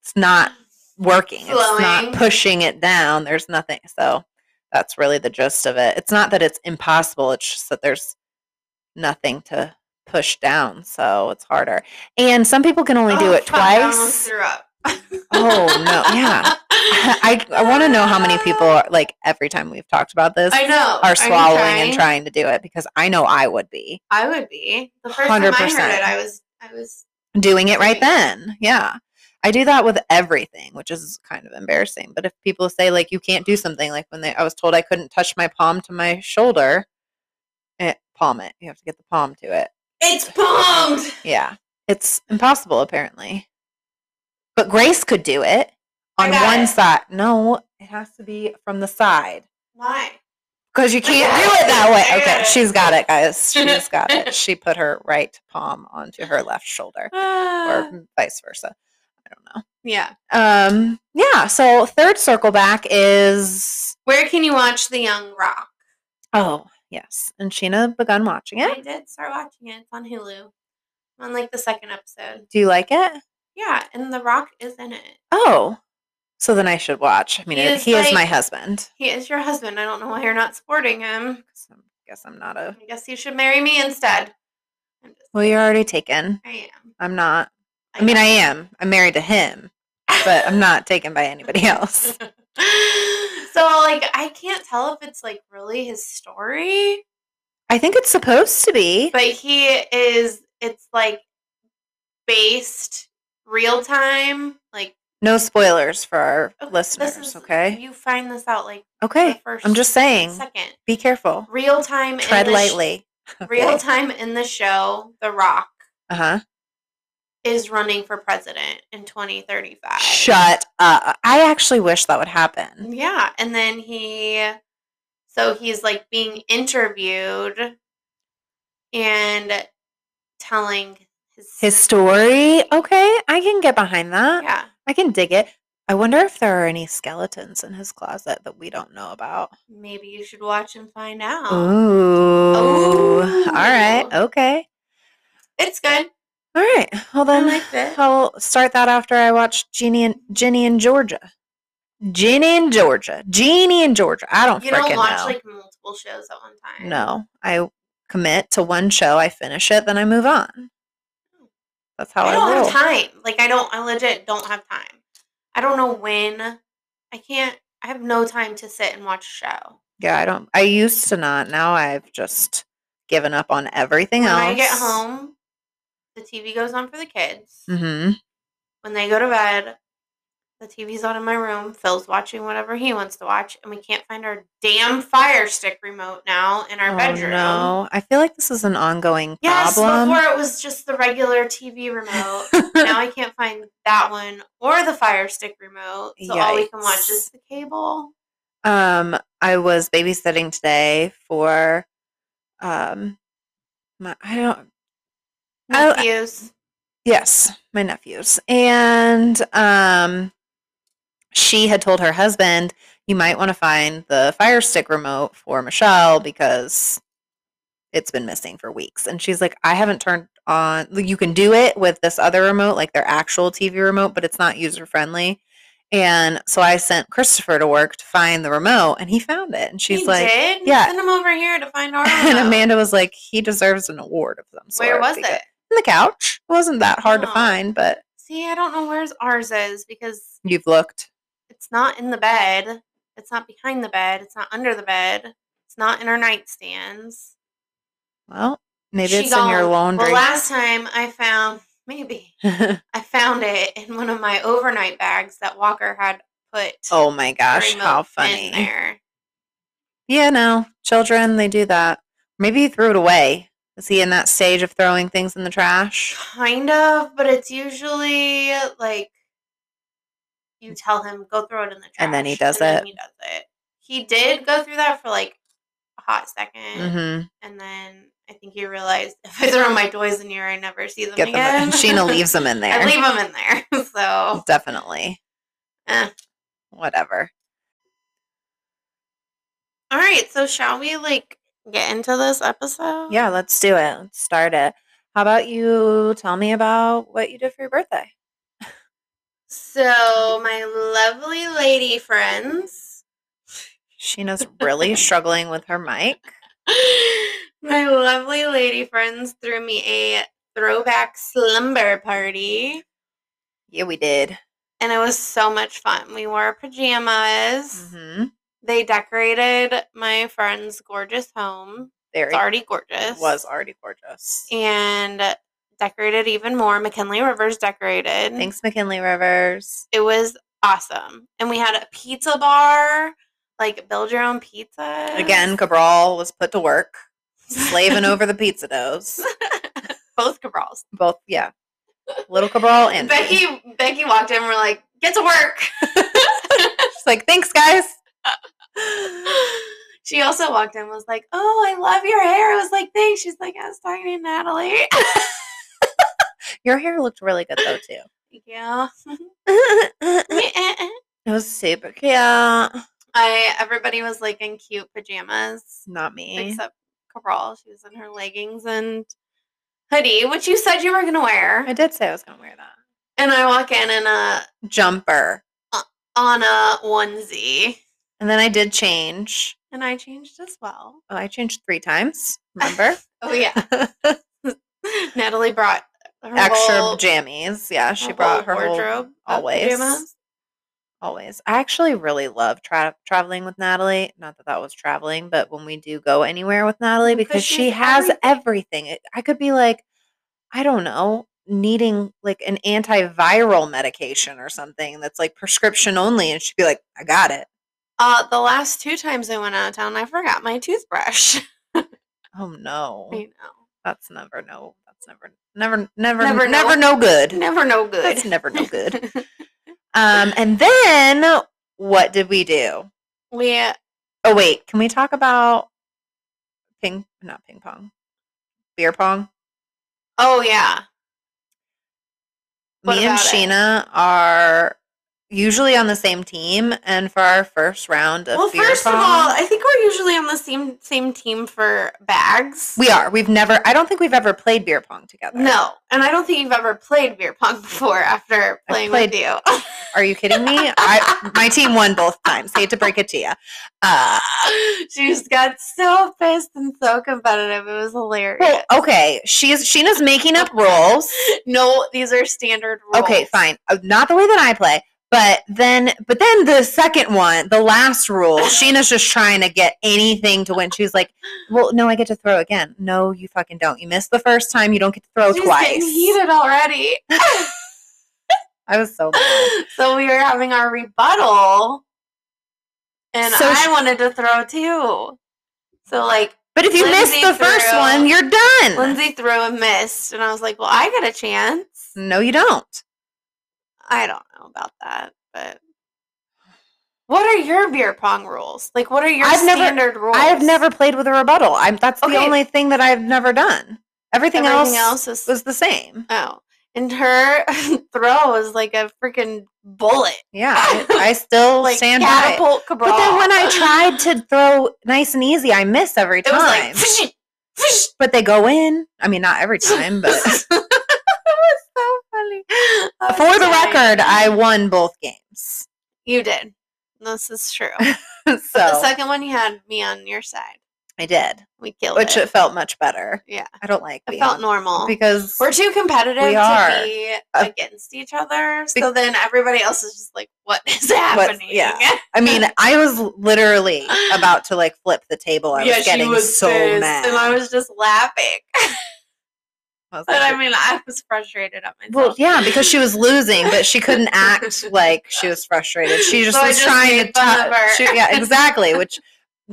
[SPEAKER 2] it's not working. It's not
[SPEAKER 3] Flowing.
[SPEAKER 2] pushing it down. There's nothing. So That's really the gist of it. It's not that it's impossible, it's just that there's nothing to push down, so it's harder. And some people can only do
[SPEAKER 3] Oh,
[SPEAKER 2] it
[SPEAKER 3] fuck, I almost
[SPEAKER 2] twice.
[SPEAKER 3] threw up.
[SPEAKER 2] Oh, no, yeah. I, I want to know how many people are like every time we've talked about this
[SPEAKER 3] I know
[SPEAKER 2] are swallowing
[SPEAKER 3] trying?
[SPEAKER 2] and trying to do it because I know I would be
[SPEAKER 3] I would be the first time I heard
[SPEAKER 2] 100%.
[SPEAKER 3] it. I was I was
[SPEAKER 2] doing it right
[SPEAKER 3] Right.
[SPEAKER 2] then. Yeah. I do that with everything, which is kind of embarrassing. But if people say like you can't do something, like when they I was told I couldn't touch my palm to my shoulder, eh, palm it. You have to get the palm to it.
[SPEAKER 3] it's bombed.
[SPEAKER 2] Yeah. It's impossible apparently. But Grace could do it
[SPEAKER 3] I
[SPEAKER 2] on
[SPEAKER 3] got
[SPEAKER 2] one
[SPEAKER 3] it.
[SPEAKER 2] side. No, it has to be from the side.
[SPEAKER 3] Why?
[SPEAKER 2] Because you can't
[SPEAKER 3] got
[SPEAKER 2] do
[SPEAKER 3] it.
[SPEAKER 2] it that
[SPEAKER 3] I
[SPEAKER 2] way.
[SPEAKER 3] got
[SPEAKER 2] Okay,
[SPEAKER 3] it.
[SPEAKER 2] she's got it, guys. She's got it. She put her right palm onto her left shoulder, or vice versa. I don't know.
[SPEAKER 3] yeah.
[SPEAKER 2] Um, yeah. So third circle back is
[SPEAKER 3] Where can you watch The Young Rock?
[SPEAKER 2] oh yes, and Sheena begun watching
[SPEAKER 3] I
[SPEAKER 2] it.
[SPEAKER 3] did start watching it. It's on Hulu. I'm on like the second episode.
[SPEAKER 2] Do you like it?
[SPEAKER 3] Yeah, and The Rock is in it.
[SPEAKER 2] Oh, so then I should watch. I mean,
[SPEAKER 3] He
[SPEAKER 2] it-
[SPEAKER 3] is
[SPEAKER 2] he is my
[SPEAKER 3] like-
[SPEAKER 2] husband.
[SPEAKER 3] He is your husband. I don't know why you're not supporting him.
[SPEAKER 2] So I guess I'm not a.
[SPEAKER 3] I guess you should marry me instead. I'm just,
[SPEAKER 2] Well, you're already taken.
[SPEAKER 3] I am.
[SPEAKER 2] I'm not. I mean, I am. I'm married to him, but I'm not taken by anybody else.
[SPEAKER 3] so like I can't tell if it's like really his story,
[SPEAKER 2] I think it's supposed to be.
[SPEAKER 3] but he is it's like based real time like
[SPEAKER 2] No spoilers for our
[SPEAKER 3] oh, this
[SPEAKER 2] listeners,
[SPEAKER 3] is-
[SPEAKER 2] okay?
[SPEAKER 3] You find this out like the
[SPEAKER 2] Okay.
[SPEAKER 3] first
[SPEAKER 2] I'm just saying,
[SPEAKER 3] second.
[SPEAKER 2] be careful.
[SPEAKER 3] Real time
[SPEAKER 2] Tread
[SPEAKER 3] in the sh-
[SPEAKER 2] lightly.
[SPEAKER 3] real time in the show, The Rock
[SPEAKER 2] Uh huh.
[SPEAKER 3] is running for president in 2035.
[SPEAKER 2] Shut up. I actually wish that would happen.
[SPEAKER 3] Yeah, and then he so he's like being interviewed and telling his,
[SPEAKER 2] His story. Okay. I can get behind that.
[SPEAKER 3] yeah.
[SPEAKER 2] I can dig it. I wonder if there are any skeletons in his closet that we don't know about.
[SPEAKER 3] Maybe you should watch and find out.
[SPEAKER 2] Ooh. All right.
[SPEAKER 3] Ooh.
[SPEAKER 2] Okay.
[SPEAKER 3] It's good.
[SPEAKER 2] All right. Well, then
[SPEAKER 3] liked it.
[SPEAKER 2] I'll start that after I watch Jeannie and Ginny and Georgia. Ginny and Georgia. Jeannie and Georgia. I don't
[SPEAKER 3] You
[SPEAKER 2] freaking
[SPEAKER 3] don't watch
[SPEAKER 2] know.
[SPEAKER 3] like multiple shows at one time.
[SPEAKER 2] no, I commit to one show. I finish it, then I move on. That's how
[SPEAKER 3] I
[SPEAKER 2] I,
[SPEAKER 3] don't
[SPEAKER 2] roll.
[SPEAKER 3] have time. Like I don't I legit don't have time. I don't know when I can't I have no time to sit and watch a show.
[SPEAKER 2] Yeah, I don't. I used to not. Now I've just given up on everything
[SPEAKER 3] When
[SPEAKER 2] else.
[SPEAKER 3] I get home, the TV goes on for the kids.
[SPEAKER 2] Mm-hmm.
[SPEAKER 3] when they go to bed, the TV's on in my room. Phil's watching whatever he wants to watch, and we can't find our damn Fire Stick remote now in our bedroom.
[SPEAKER 2] Oh, No, I feel like this is an ongoing
[SPEAKER 3] Yes,
[SPEAKER 2] problem.
[SPEAKER 3] before it was just the regular TV remote. now I can't find that one or the Fire Stick remote, so all we can watch is the cable.
[SPEAKER 2] Um, I was babysitting today for um my I don't Oh, I-
[SPEAKER 3] Nephews,
[SPEAKER 2] yes, my nephews. And um she had told her husband, you might want to find the fire stick remote for Michelle because it's been missing for weeks. And she's like, I haven't turned on like, you can do it with this other remote, like their actual TV remote, but it's not user friendly. And so I sent Christopher to work to find the remote and he found it. And she's
[SPEAKER 3] He
[SPEAKER 2] like
[SPEAKER 3] did?
[SPEAKER 2] yeah.
[SPEAKER 3] send him over here to find our.
[SPEAKER 2] and
[SPEAKER 3] remote.
[SPEAKER 2] Amanda was like, he deserves an award of some sort.
[SPEAKER 3] where was
[SPEAKER 2] because-
[SPEAKER 3] it?
[SPEAKER 2] On the couch. It wasn't that hard to
[SPEAKER 3] Oh.
[SPEAKER 2] find, but
[SPEAKER 3] See, I don't know where's ours is because
[SPEAKER 2] you've looked.
[SPEAKER 3] It's not in the bed. It's not behind the bed. It's not under the bed. It's not in our nightstands.
[SPEAKER 2] Well, maybe
[SPEAKER 3] She
[SPEAKER 2] it's in your
[SPEAKER 3] gone.
[SPEAKER 2] laundry.
[SPEAKER 3] Well, last time I found, maybe, I found it in one of my overnight bags that Walker had put.
[SPEAKER 2] oh my
[SPEAKER 3] the
[SPEAKER 2] gosh, how
[SPEAKER 3] remote In
[SPEAKER 2] funny.
[SPEAKER 3] there.
[SPEAKER 2] Yeah, no. Children, they do that. Maybe he threw it away. Is he in that stage of throwing things in the trash?
[SPEAKER 3] Kind of, but it's usually like you tell him, go throw it in the trash.
[SPEAKER 2] Mm. And then he does
[SPEAKER 3] and then
[SPEAKER 2] it.
[SPEAKER 3] he does it. He did go through that for like a hot 2nd
[SPEAKER 2] Mm-hmm.
[SPEAKER 3] and then I think he realized if I throw my toys in here, I never see them
[SPEAKER 2] Get them.
[SPEAKER 3] again.
[SPEAKER 2] And Sheena leaves them in there.
[SPEAKER 3] I leave them in there. So
[SPEAKER 2] Definitely.
[SPEAKER 3] Eh.
[SPEAKER 2] Whatever.
[SPEAKER 3] all right. So shall we like get into this episode?
[SPEAKER 2] Yeah, let's do it. Let's start it. How about you tell me about what you did for your birthday?
[SPEAKER 3] So my lovely lady friends
[SPEAKER 2] Sheena's really struggling with her mic.
[SPEAKER 3] My lovely lady friends threw me a throwback slumber party,
[SPEAKER 2] Yeah, we did.
[SPEAKER 3] and it was so much fun. We wore pajamas.
[SPEAKER 2] hmm
[SPEAKER 3] They decorated my friend's gorgeous home.
[SPEAKER 2] Very
[SPEAKER 3] It's already gorgeous.
[SPEAKER 2] was already gorgeous.
[SPEAKER 3] And decorated even more. McKinley Rivers decorated.
[SPEAKER 2] Thanks, McKinley Rivers.
[SPEAKER 3] It was awesome. And we had a pizza bar, like build your own pizza.
[SPEAKER 2] Again, Cabral was put to work, slaving over the pizza doughs.
[SPEAKER 3] both Cabrals.
[SPEAKER 2] Both, yeah. Little Cabral and me.
[SPEAKER 3] Becky Becky walked in, we're like, get to work.
[SPEAKER 2] She's like, thanks, guys.
[SPEAKER 3] she also walked in and was like, Oh, I love your hair. I was like, thanks. She's like, I was talking to Natalie.
[SPEAKER 2] Your hair looked really good, though, too.
[SPEAKER 3] yeah.
[SPEAKER 2] It was super cute. Not
[SPEAKER 3] I everybody was like in cute pajamas.
[SPEAKER 2] me.
[SPEAKER 3] Except Cabral. She was in her leggings and hoodie, which you said you were gonna
[SPEAKER 2] I
[SPEAKER 3] wear.
[SPEAKER 2] did say I was gonna wear that
[SPEAKER 3] And I walk in in a
[SPEAKER 2] jumper,
[SPEAKER 3] on a onesie.
[SPEAKER 2] and then I did change.
[SPEAKER 3] And I changed as well.
[SPEAKER 2] Oh, I changed three times. Remember?
[SPEAKER 3] Oh yeah. Natalie brought her
[SPEAKER 2] Extra
[SPEAKER 3] whole-
[SPEAKER 2] jammies. Yeah, she
[SPEAKER 3] her
[SPEAKER 2] brought her
[SPEAKER 3] whole wardrobe.
[SPEAKER 2] wardrobe.
[SPEAKER 3] of
[SPEAKER 2] always.
[SPEAKER 3] pajamas.
[SPEAKER 2] always. I actually really love tra- traveling with Natalie. Not that that was traveling, but when we do go anywhere with Natalie,
[SPEAKER 3] Because
[SPEAKER 2] because she
[SPEAKER 3] she's
[SPEAKER 2] has
[SPEAKER 3] everything.
[SPEAKER 2] everything. It- I could be like, I don't know, needing like an antiviral medication or something that's like prescription only, and she'd be like, I got it.
[SPEAKER 3] Uh, the last two times I went out of town, I forgot my toothbrush.
[SPEAKER 2] Oh no,
[SPEAKER 3] I know.
[SPEAKER 2] that's never no. That's never never never
[SPEAKER 3] Never
[SPEAKER 2] never,
[SPEAKER 3] no.
[SPEAKER 2] no good.
[SPEAKER 3] Never no good.
[SPEAKER 2] That's never no good. Um, and then what did we do?
[SPEAKER 3] we
[SPEAKER 2] Oh wait, can we talk about ping? Not ping pong, beer pong.
[SPEAKER 3] oh yeah. What
[SPEAKER 2] Me and
[SPEAKER 3] about it?
[SPEAKER 2] Sheena are usually on the same team, and for our first round of
[SPEAKER 3] Well,
[SPEAKER 2] beer
[SPEAKER 3] first
[SPEAKER 2] pong,
[SPEAKER 3] of all, I think we're usually on the same same team for bags.
[SPEAKER 2] we are. We've never. I don't think we've ever played beer pong together.
[SPEAKER 3] no, and I don't think you've ever played beer pong before. After
[SPEAKER 2] I
[SPEAKER 3] playing
[SPEAKER 2] played-
[SPEAKER 3] with you,
[SPEAKER 2] Are you kidding me? I my team won both times. Hate to break it to you. Uh,
[SPEAKER 3] she just got so pissed and so competitive. It was hilarious.
[SPEAKER 2] well, okay. She's Sheena's making up rules.
[SPEAKER 3] No, these are standard rules.
[SPEAKER 2] Okay, fine. Uh, Not the way that I play. But then, but then the second one, the last rule, Sheena's just trying to get anything to win. She's like, "Well, no, I get to throw again." No, you fucking don't. You missed the first time. You don't get to throw
[SPEAKER 3] She's
[SPEAKER 2] twice.
[SPEAKER 3] getting heated already.
[SPEAKER 2] I was so mad.
[SPEAKER 3] so we were having our rebuttal, and
[SPEAKER 2] So
[SPEAKER 3] I
[SPEAKER 2] sh-
[SPEAKER 3] wanted to throw too. So like
[SPEAKER 2] But if you
[SPEAKER 3] Lindsay
[SPEAKER 2] miss the first
[SPEAKER 3] threw.
[SPEAKER 2] one, you're done.
[SPEAKER 3] Lindsay threw and missed, and I was like, "Well, I got a chance."
[SPEAKER 2] No, you don't.
[SPEAKER 3] I don't know about that, but what are your beer pong rules? Like, what are your
[SPEAKER 2] I've never-
[SPEAKER 3] standard rules?
[SPEAKER 2] I have never played with a rebuttal. I'm that's
[SPEAKER 3] Okay.
[SPEAKER 2] the only thing that I've never done. Everything,
[SPEAKER 3] everything else,
[SPEAKER 2] else
[SPEAKER 3] is
[SPEAKER 2] was the same.
[SPEAKER 3] oh, and her throw is like a freaking bullet,
[SPEAKER 2] Yeah, I, I still
[SPEAKER 3] like
[SPEAKER 2] stand by. it.
[SPEAKER 3] catapult Cabral.
[SPEAKER 2] But then when I tried to throw nice and easy, I miss every
[SPEAKER 3] it
[SPEAKER 2] time.
[SPEAKER 3] was like. "Fish it, fish it."
[SPEAKER 2] but they go in. I mean, not every time, but
[SPEAKER 3] it was so funny. I was
[SPEAKER 2] for the
[SPEAKER 3] dying.
[SPEAKER 2] record, I won both games.
[SPEAKER 3] you did. This is true. But the
[SPEAKER 2] so
[SPEAKER 3] second one, you had me on your side.
[SPEAKER 2] I did,
[SPEAKER 3] We killed
[SPEAKER 2] which
[SPEAKER 3] it.
[SPEAKER 2] it felt much better.
[SPEAKER 3] Yeah.
[SPEAKER 2] I don't like
[SPEAKER 3] It
[SPEAKER 2] being
[SPEAKER 3] felt normal.
[SPEAKER 2] because
[SPEAKER 3] We're too competitive
[SPEAKER 2] We
[SPEAKER 3] to
[SPEAKER 2] are.
[SPEAKER 3] be
[SPEAKER 2] Uh,
[SPEAKER 3] against each other. So then everybody else is just like, what is happening?
[SPEAKER 2] yeah. I mean, I was literally about to like flip the table. I
[SPEAKER 3] Yeah,
[SPEAKER 2] was getting so
[SPEAKER 3] pissed,
[SPEAKER 2] mad.
[SPEAKER 3] And I was just laughing.
[SPEAKER 2] I was
[SPEAKER 3] But
[SPEAKER 2] like,
[SPEAKER 3] I mean, I was frustrated at
[SPEAKER 2] well,
[SPEAKER 3] myself.
[SPEAKER 2] yeah, because she was losing, but she couldn't act like she was frustrated. She just
[SPEAKER 3] So I
[SPEAKER 2] was
[SPEAKER 3] just
[SPEAKER 2] trying
[SPEAKER 3] made
[SPEAKER 2] to
[SPEAKER 3] fun
[SPEAKER 2] tou-
[SPEAKER 3] of her.
[SPEAKER 2] she- yeah, exactly. Which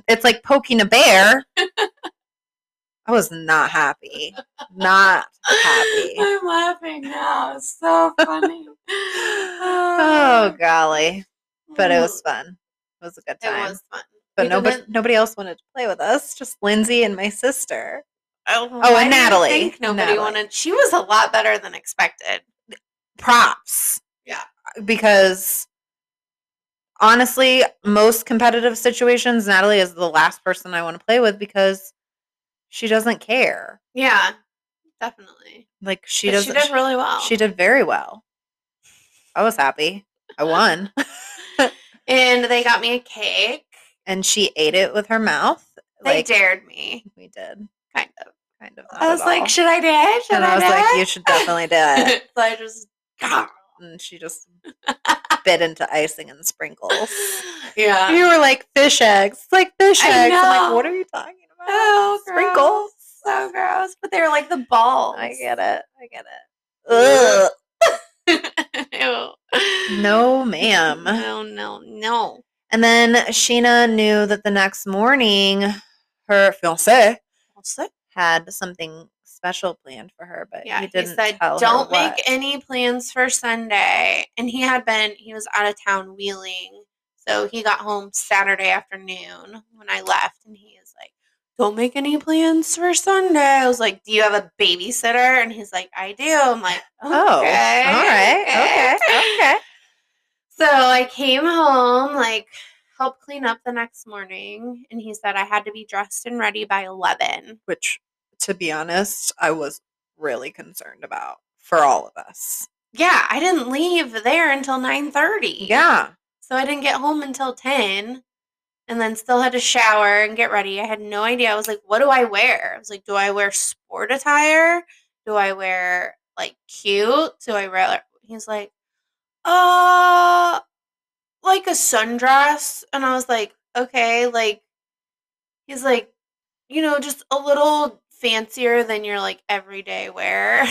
[SPEAKER 2] it's like poking a bear. I was not happy. Not happy.
[SPEAKER 3] I'm laughing now. It's so funny.
[SPEAKER 2] oh golly but it was fun it was a good
[SPEAKER 3] It
[SPEAKER 2] time
[SPEAKER 3] was fun.
[SPEAKER 2] but
[SPEAKER 3] we
[SPEAKER 2] nobody
[SPEAKER 3] didn't-
[SPEAKER 2] nobody else wanted to play with us just lindsay and my sister
[SPEAKER 3] Oh,
[SPEAKER 2] and
[SPEAKER 3] why do you
[SPEAKER 2] Natalie.
[SPEAKER 3] think nobody
[SPEAKER 2] Natalie.
[SPEAKER 3] wanted. She was a lot better than expected.
[SPEAKER 2] props
[SPEAKER 3] Yeah.
[SPEAKER 2] because honestly most competitive situations natalie is the last person i want to play with because she doesn't care
[SPEAKER 3] Yeah, definitely.
[SPEAKER 2] like she
[SPEAKER 3] But
[SPEAKER 2] doesn't
[SPEAKER 3] She did really well.
[SPEAKER 2] she did very well i was happy i won
[SPEAKER 3] and they got me a cake
[SPEAKER 2] and she ate it with her mouth.
[SPEAKER 3] They
[SPEAKER 2] like,
[SPEAKER 3] dared me,
[SPEAKER 2] We did
[SPEAKER 3] kind of.
[SPEAKER 2] kind of.
[SPEAKER 3] I was like, should I dare? Should
[SPEAKER 2] and I was like, you should definitely do it.
[SPEAKER 3] so I just.
[SPEAKER 2] And she just bit into icing and sprinkles.
[SPEAKER 3] yeah.
[SPEAKER 2] You were like fish eggs. It's like fish
[SPEAKER 3] Uh, I
[SPEAKER 2] eggs. I'm
[SPEAKER 3] know.
[SPEAKER 2] like, what are you talking about?
[SPEAKER 3] Oh,
[SPEAKER 2] sprinkles.
[SPEAKER 3] So gross. But they were like the balls.
[SPEAKER 2] I get it. I get it.
[SPEAKER 3] Ugh.
[SPEAKER 2] Ugh.
[SPEAKER 3] Ew.
[SPEAKER 2] No, ma'am.
[SPEAKER 3] No, no, no.
[SPEAKER 2] And then Sheena knew that the next morning her fiance had something special planned for her, but
[SPEAKER 3] Yeah,
[SPEAKER 2] he
[SPEAKER 3] he,
[SPEAKER 2] didn't
[SPEAKER 3] said,
[SPEAKER 2] tell her
[SPEAKER 3] "Don't make
[SPEAKER 2] what."
[SPEAKER 3] any plans for Sunday." And he had been he was out of town wheeling, so he got home Saturday afternoon when I left, and he is like, "Don't make any plans for Sunday." I was like, "Do you have a babysitter?" And he's like, "I do." I'm like,
[SPEAKER 2] Oh,
[SPEAKER 3] "Okay,
[SPEAKER 2] all right, okay, okay.
[SPEAKER 3] So I came home, like, helped clean up the next morning, and he said I had to be dressed and ready by 11.
[SPEAKER 2] Which, to be honest, I was really concerned about for all of us.
[SPEAKER 3] Yeah, I didn't leave there until 9.30.
[SPEAKER 2] Yeah,
[SPEAKER 3] So I didn't get home until 10, and then still had to shower and get ready. I had no idea. I was like, what do I wear? I was like, do I wear sport attire? Do I wear, like, cute? Do I wear... He's like, uh, like a sundress. And I was like, okay, like, he's like, you know, just a little fancier than your like everyday wear.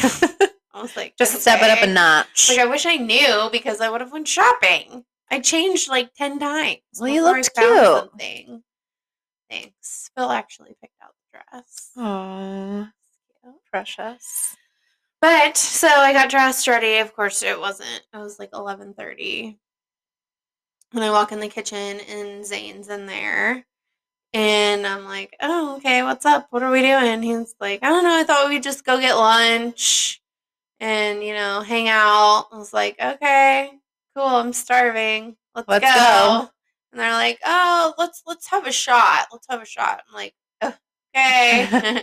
[SPEAKER 3] I was like,
[SPEAKER 2] just step it up a
[SPEAKER 3] "Okay."
[SPEAKER 2] notch.
[SPEAKER 3] Like I wish I knew because I would have went shopping. I changed like ten times.
[SPEAKER 2] Well, you
[SPEAKER 3] before I
[SPEAKER 2] looked
[SPEAKER 3] found
[SPEAKER 2] cute.
[SPEAKER 3] Something. Thanks. Phil actually picked out the dress.
[SPEAKER 2] Aw, precious.
[SPEAKER 3] But so I got dressed ready. Of course, it wasn't. It was like eleven thirty. And I walk in the kitchen, and Zane's in there, and I'm like, "Oh, okay, what's up? What are we doing?" He's like, "I don't know. I thought we'd just go get lunch, and you know, hang out." I was like, "Okay, cool. I'm starving. Let's,
[SPEAKER 2] Let's
[SPEAKER 3] go.
[SPEAKER 2] go.
[SPEAKER 3] And they're like, "Oh, let's let's have a shot. Let's have a shot." I'm like, "Oh, "Okay."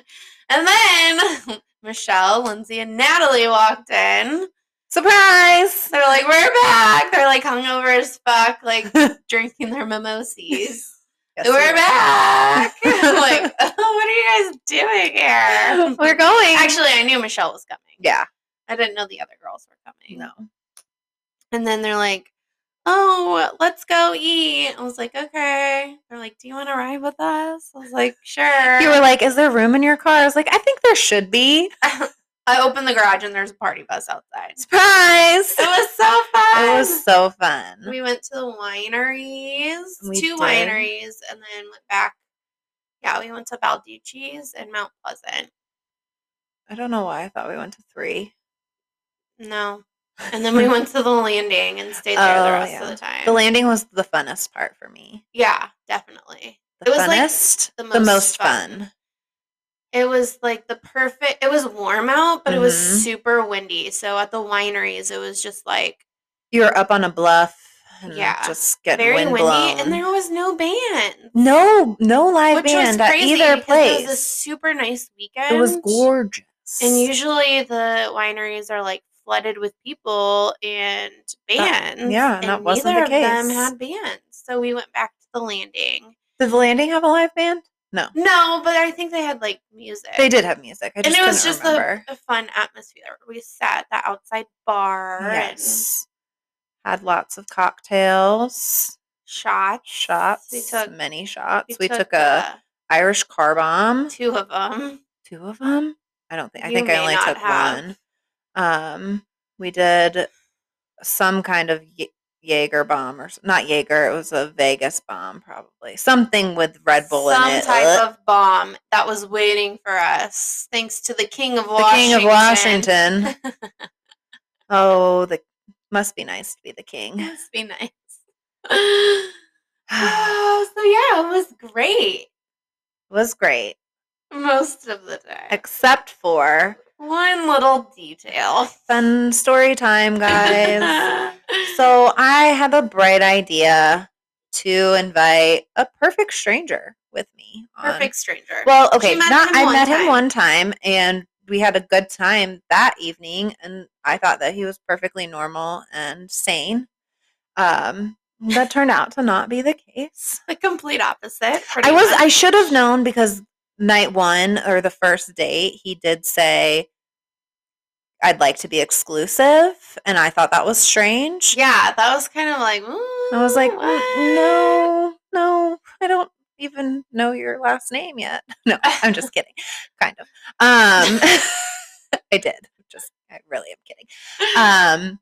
[SPEAKER 3] and then Michelle, Lindsay, and Natalie walked in.
[SPEAKER 2] Surprise!
[SPEAKER 3] They're like, "We're back." They're like hungover as fuck, like drinking their mimosas.
[SPEAKER 2] Yes,
[SPEAKER 3] We're
[SPEAKER 2] we are.
[SPEAKER 3] back. I'm like, oh, what are you guys doing here?
[SPEAKER 2] We're going.
[SPEAKER 3] Actually, I knew Michelle was coming.
[SPEAKER 2] yeah.
[SPEAKER 3] I didn't know the other girls were coming.
[SPEAKER 2] No.
[SPEAKER 3] And then they're like, "Oh, let's go eat." I was like, "Okay." They're like, "Do you want to ride with us?" I was like, "Sure."
[SPEAKER 2] You were like, "Is there room in your car?" I was like, "I think there should be."
[SPEAKER 3] I opened the garage and there's a party bus outside. It
[SPEAKER 2] Surprise!
[SPEAKER 3] was so fun.
[SPEAKER 2] It was so fun.
[SPEAKER 3] We went to the wineries,
[SPEAKER 2] We
[SPEAKER 3] two
[SPEAKER 2] did.
[SPEAKER 3] wineries, and then went back. Yeah, we went to Balducci's and Mount Pleasant.
[SPEAKER 2] I don't know why I thought we went to three.
[SPEAKER 3] No. And then we went to the landing and stayed there the
[SPEAKER 2] Oh,
[SPEAKER 3] rest
[SPEAKER 2] yeah.
[SPEAKER 3] of the time.
[SPEAKER 2] The landing was the funnest part for me.
[SPEAKER 3] yeah, definitely.
[SPEAKER 2] The
[SPEAKER 3] It was, like,
[SPEAKER 2] funnest,
[SPEAKER 3] the
[SPEAKER 2] the most,
[SPEAKER 3] most
[SPEAKER 2] fun.
[SPEAKER 3] fun. It was like the perfect, it was warm out, but it was
[SPEAKER 2] Mhm.
[SPEAKER 3] super windy. So at the wineries, it was just like
[SPEAKER 2] You were up on a bluff. And
[SPEAKER 3] Yeah.
[SPEAKER 2] just getting
[SPEAKER 3] very
[SPEAKER 2] wind
[SPEAKER 3] windy.
[SPEAKER 2] blown.
[SPEAKER 3] And there was no band.
[SPEAKER 2] no, no live
[SPEAKER 3] Which was
[SPEAKER 2] band at
[SPEAKER 3] crazy
[SPEAKER 2] either
[SPEAKER 3] because It was a
[SPEAKER 2] place.
[SPEAKER 3] super nice weekend.
[SPEAKER 2] It was gorgeous.
[SPEAKER 3] And usually the wineries are like flooded with people and bands.
[SPEAKER 2] yeah,
[SPEAKER 3] and
[SPEAKER 2] and that wasn't the
[SPEAKER 3] neither of them
[SPEAKER 2] case.
[SPEAKER 3] had bands. So we went back to the landing.
[SPEAKER 2] did the landing have a live band? No,
[SPEAKER 3] No, but I think they had like music.
[SPEAKER 2] they did have music. I
[SPEAKER 3] and
[SPEAKER 2] just
[SPEAKER 3] it was
[SPEAKER 2] couldn't
[SPEAKER 3] just a,
[SPEAKER 2] remember.
[SPEAKER 3] a fun atmosphere. We sat at the outside bar and
[SPEAKER 2] yes, had lots of cocktails,
[SPEAKER 3] shot
[SPEAKER 2] shots,
[SPEAKER 3] We took uh,
[SPEAKER 2] many shots. We, took, a Irish car bomb.
[SPEAKER 3] two of them.
[SPEAKER 2] two of them. I don't think. I
[SPEAKER 3] You
[SPEAKER 2] think
[SPEAKER 3] may
[SPEAKER 2] I only
[SPEAKER 3] not
[SPEAKER 2] took
[SPEAKER 3] have.
[SPEAKER 2] one. Um, we did some kind of Ye- Jaeger bomb or s- not Jaeger. It was a Vegas bomb, probably something with Red Bull
[SPEAKER 3] Some
[SPEAKER 2] in it.
[SPEAKER 3] type
[SPEAKER 2] Ugh.
[SPEAKER 3] of bomb that was waiting for us, thanks to the King of
[SPEAKER 2] the
[SPEAKER 3] Washington.
[SPEAKER 2] king of Washington. oh, the must be nice to be the king.
[SPEAKER 3] Must be nice. Oh, so yeah, it was great
[SPEAKER 2] was great,
[SPEAKER 3] most of the day.
[SPEAKER 2] except for
[SPEAKER 3] One little detail.
[SPEAKER 2] fun story time, guys. So I had the bright idea to invite a perfect stranger with me. on-
[SPEAKER 3] perfect stranger.
[SPEAKER 2] Well, okay,
[SPEAKER 3] met
[SPEAKER 2] not
[SPEAKER 3] him
[SPEAKER 2] I
[SPEAKER 3] one
[SPEAKER 2] met
[SPEAKER 3] time.
[SPEAKER 2] him one time and we had a good time that evening and I thought that he was perfectly normal and sane. Um That turned out to not be the case.
[SPEAKER 3] The complete opposite. pretty
[SPEAKER 2] I was
[SPEAKER 3] much.
[SPEAKER 2] I should have known because night one or the first date he did say I'd like to be exclusive and I thought that was strange.
[SPEAKER 3] yeah, that was kind of like "Ooh,
[SPEAKER 2] I was like, "Mm,
[SPEAKER 3] what?"
[SPEAKER 2] no, no, I don't even know your last name yet. No, I'm just kidding, kind of. Um, I did. Just, I really am kidding. Um,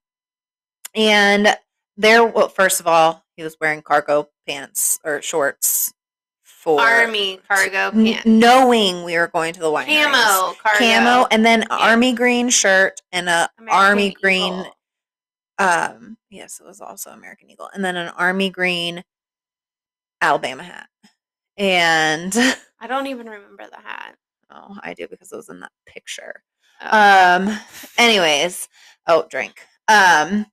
[SPEAKER 2] and there, well, first of all, he was wearing cargo pants or shorts for
[SPEAKER 3] army cargo
[SPEAKER 2] n-
[SPEAKER 3] pants,
[SPEAKER 2] knowing we were going to the winery.
[SPEAKER 3] camo cargo,
[SPEAKER 2] camo, and then
[SPEAKER 3] Yeah.
[SPEAKER 2] army green shirt and a
[SPEAKER 3] American
[SPEAKER 2] army green
[SPEAKER 3] Eagle.
[SPEAKER 2] um yes it was also american eagle and then an army green alabama hat and
[SPEAKER 3] I don't even remember the hat.
[SPEAKER 2] oh i do because it was in that picture
[SPEAKER 3] Oh.
[SPEAKER 2] um anyways oh drink um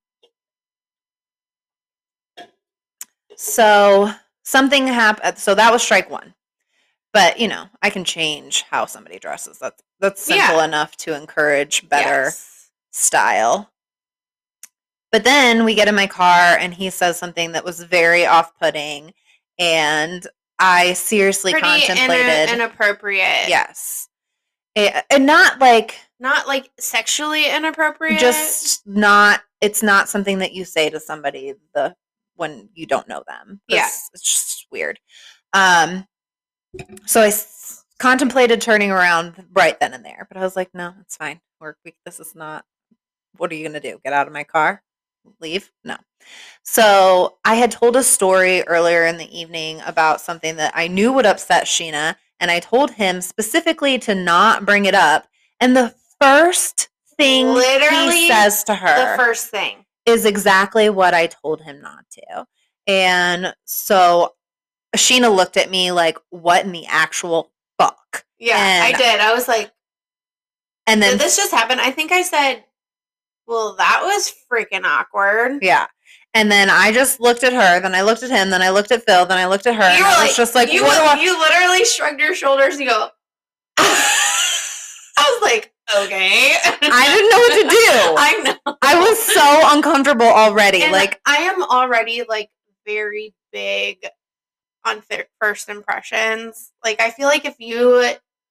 [SPEAKER 2] so something happened so that was strike one but you know i can change how somebody dresses that's that's
[SPEAKER 3] Yeah.
[SPEAKER 2] simple enough to encourage better
[SPEAKER 3] Yes.
[SPEAKER 2] style. But then we get in my car and he says something that was very off putting. And I seriously
[SPEAKER 3] Pretty
[SPEAKER 2] contemplated.
[SPEAKER 3] inna- inappropriate.
[SPEAKER 2] yes. A- And not like
[SPEAKER 3] Not like sexually inappropriate.
[SPEAKER 2] just not, it's not something that you say to somebody the when you don't know them.
[SPEAKER 3] Yeah.
[SPEAKER 2] It's- It's just weird. Um, so I s- contemplated turning around right then and there, but I was like, no, it's fine. Work week. This is not. What are you gonna do? Get out of my car? Leave? No. So I had told a story earlier in the evening about something that I knew would upset Sheena, and I told him specifically to not bring it up. And the first thing
[SPEAKER 3] Literally
[SPEAKER 2] he says to her,
[SPEAKER 3] the first thing.
[SPEAKER 2] is exactly what I told him not to. And so Sheena looked at me like, what in the actual fuck?
[SPEAKER 3] Yeah, I
[SPEAKER 2] And-
[SPEAKER 3] did. I was like,
[SPEAKER 2] And then,
[SPEAKER 3] did this just happen? I think I said, well, that was freaking awkward.
[SPEAKER 2] yeah. And then I just looked at her, then I looked at him, then I looked at Phil, then I looked at her. And
[SPEAKER 3] You were
[SPEAKER 2] I was
[SPEAKER 3] like-
[SPEAKER 2] just like,
[SPEAKER 3] you,
[SPEAKER 2] what do I?
[SPEAKER 3] you literally shrugged your shoulders and you go, I was like, okay.
[SPEAKER 2] I didn't know what to do. I,
[SPEAKER 3] I know.
[SPEAKER 2] was so uncomfortable already.
[SPEAKER 3] And
[SPEAKER 2] like,
[SPEAKER 3] I am already like very big on fi- first impressions. Like, I feel like if you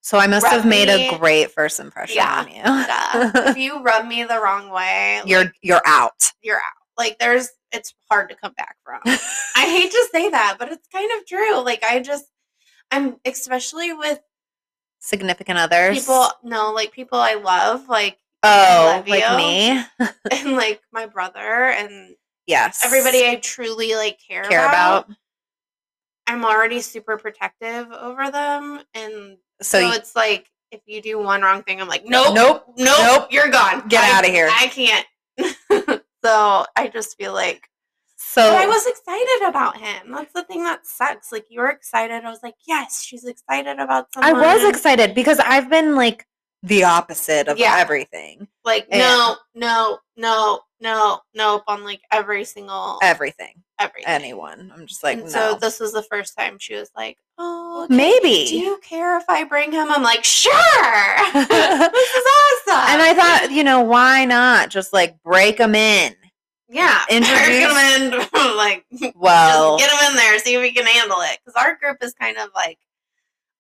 [SPEAKER 2] so I must have made
[SPEAKER 3] Roughly-
[SPEAKER 2] a great first impression
[SPEAKER 3] Yeah.
[SPEAKER 2] on you.
[SPEAKER 3] uh, if you rub me the wrong way,
[SPEAKER 2] You're you're out.
[SPEAKER 3] you're out. Like there's it's hard to come back from. I hate to say that, but it's kind of true. Like I just I'm especially with
[SPEAKER 2] Significant others.
[SPEAKER 3] people no, like people I love, like
[SPEAKER 2] oh,
[SPEAKER 3] love
[SPEAKER 2] like
[SPEAKER 3] you.
[SPEAKER 2] me.
[SPEAKER 3] and like my brother and
[SPEAKER 2] Yes.
[SPEAKER 3] everybody I truly like care,
[SPEAKER 2] care
[SPEAKER 3] about.
[SPEAKER 2] about.
[SPEAKER 3] I'm already super protective over them and
[SPEAKER 2] So,
[SPEAKER 3] so,
[SPEAKER 2] you
[SPEAKER 3] it's oh, like if you do one wrong thing, I'm like, nope, nope,
[SPEAKER 2] nope.
[SPEAKER 3] nope,
[SPEAKER 2] nope.
[SPEAKER 3] you're gone.
[SPEAKER 2] Get
[SPEAKER 3] I-
[SPEAKER 2] outta here."
[SPEAKER 3] I can't. so I just feel like
[SPEAKER 2] So
[SPEAKER 3] But I was excited about him. That's the thing that sucks. Like you were excited. I was like, yes, she's excited about
[SPEAKER 2] I
[SPEAKER 3] someone.
[SPEAKER 2] was excited because I've been like the opposite of
[SPEAKER 3] Yeah.
[SPEAKER 2] everything.
[SPEAKER 3] Like
[SPEAKER 2] Yeah.
[SPEAKER 3] no, no, no, no, nope on like every single
[SPEAKER 2] Everything.
[SPEAKER 3] everything.
[SPEAKER 2] Anyone. I'm just like,
[SPEAKER 3] and
[SPEAKER 2] no.
[SPEAKER 3] so this was the first time she was like, oh, okay,
[SPEAKER 2] Maybe.
[SPEAKER 3] Do you care if I bring him? I'm like, sure. this is awesome.
[SPEAKER 2] and I thought, you know, why not just like break them in?
[SPEAKER 3] yeah,
[SPEAKER 2] introduce-
[SPEAKER 3] Break him in, like,
[SPEAKER 2] Well,
[SPEAKER 3] just get him in there, see if we can handle it. Because our group is kind of like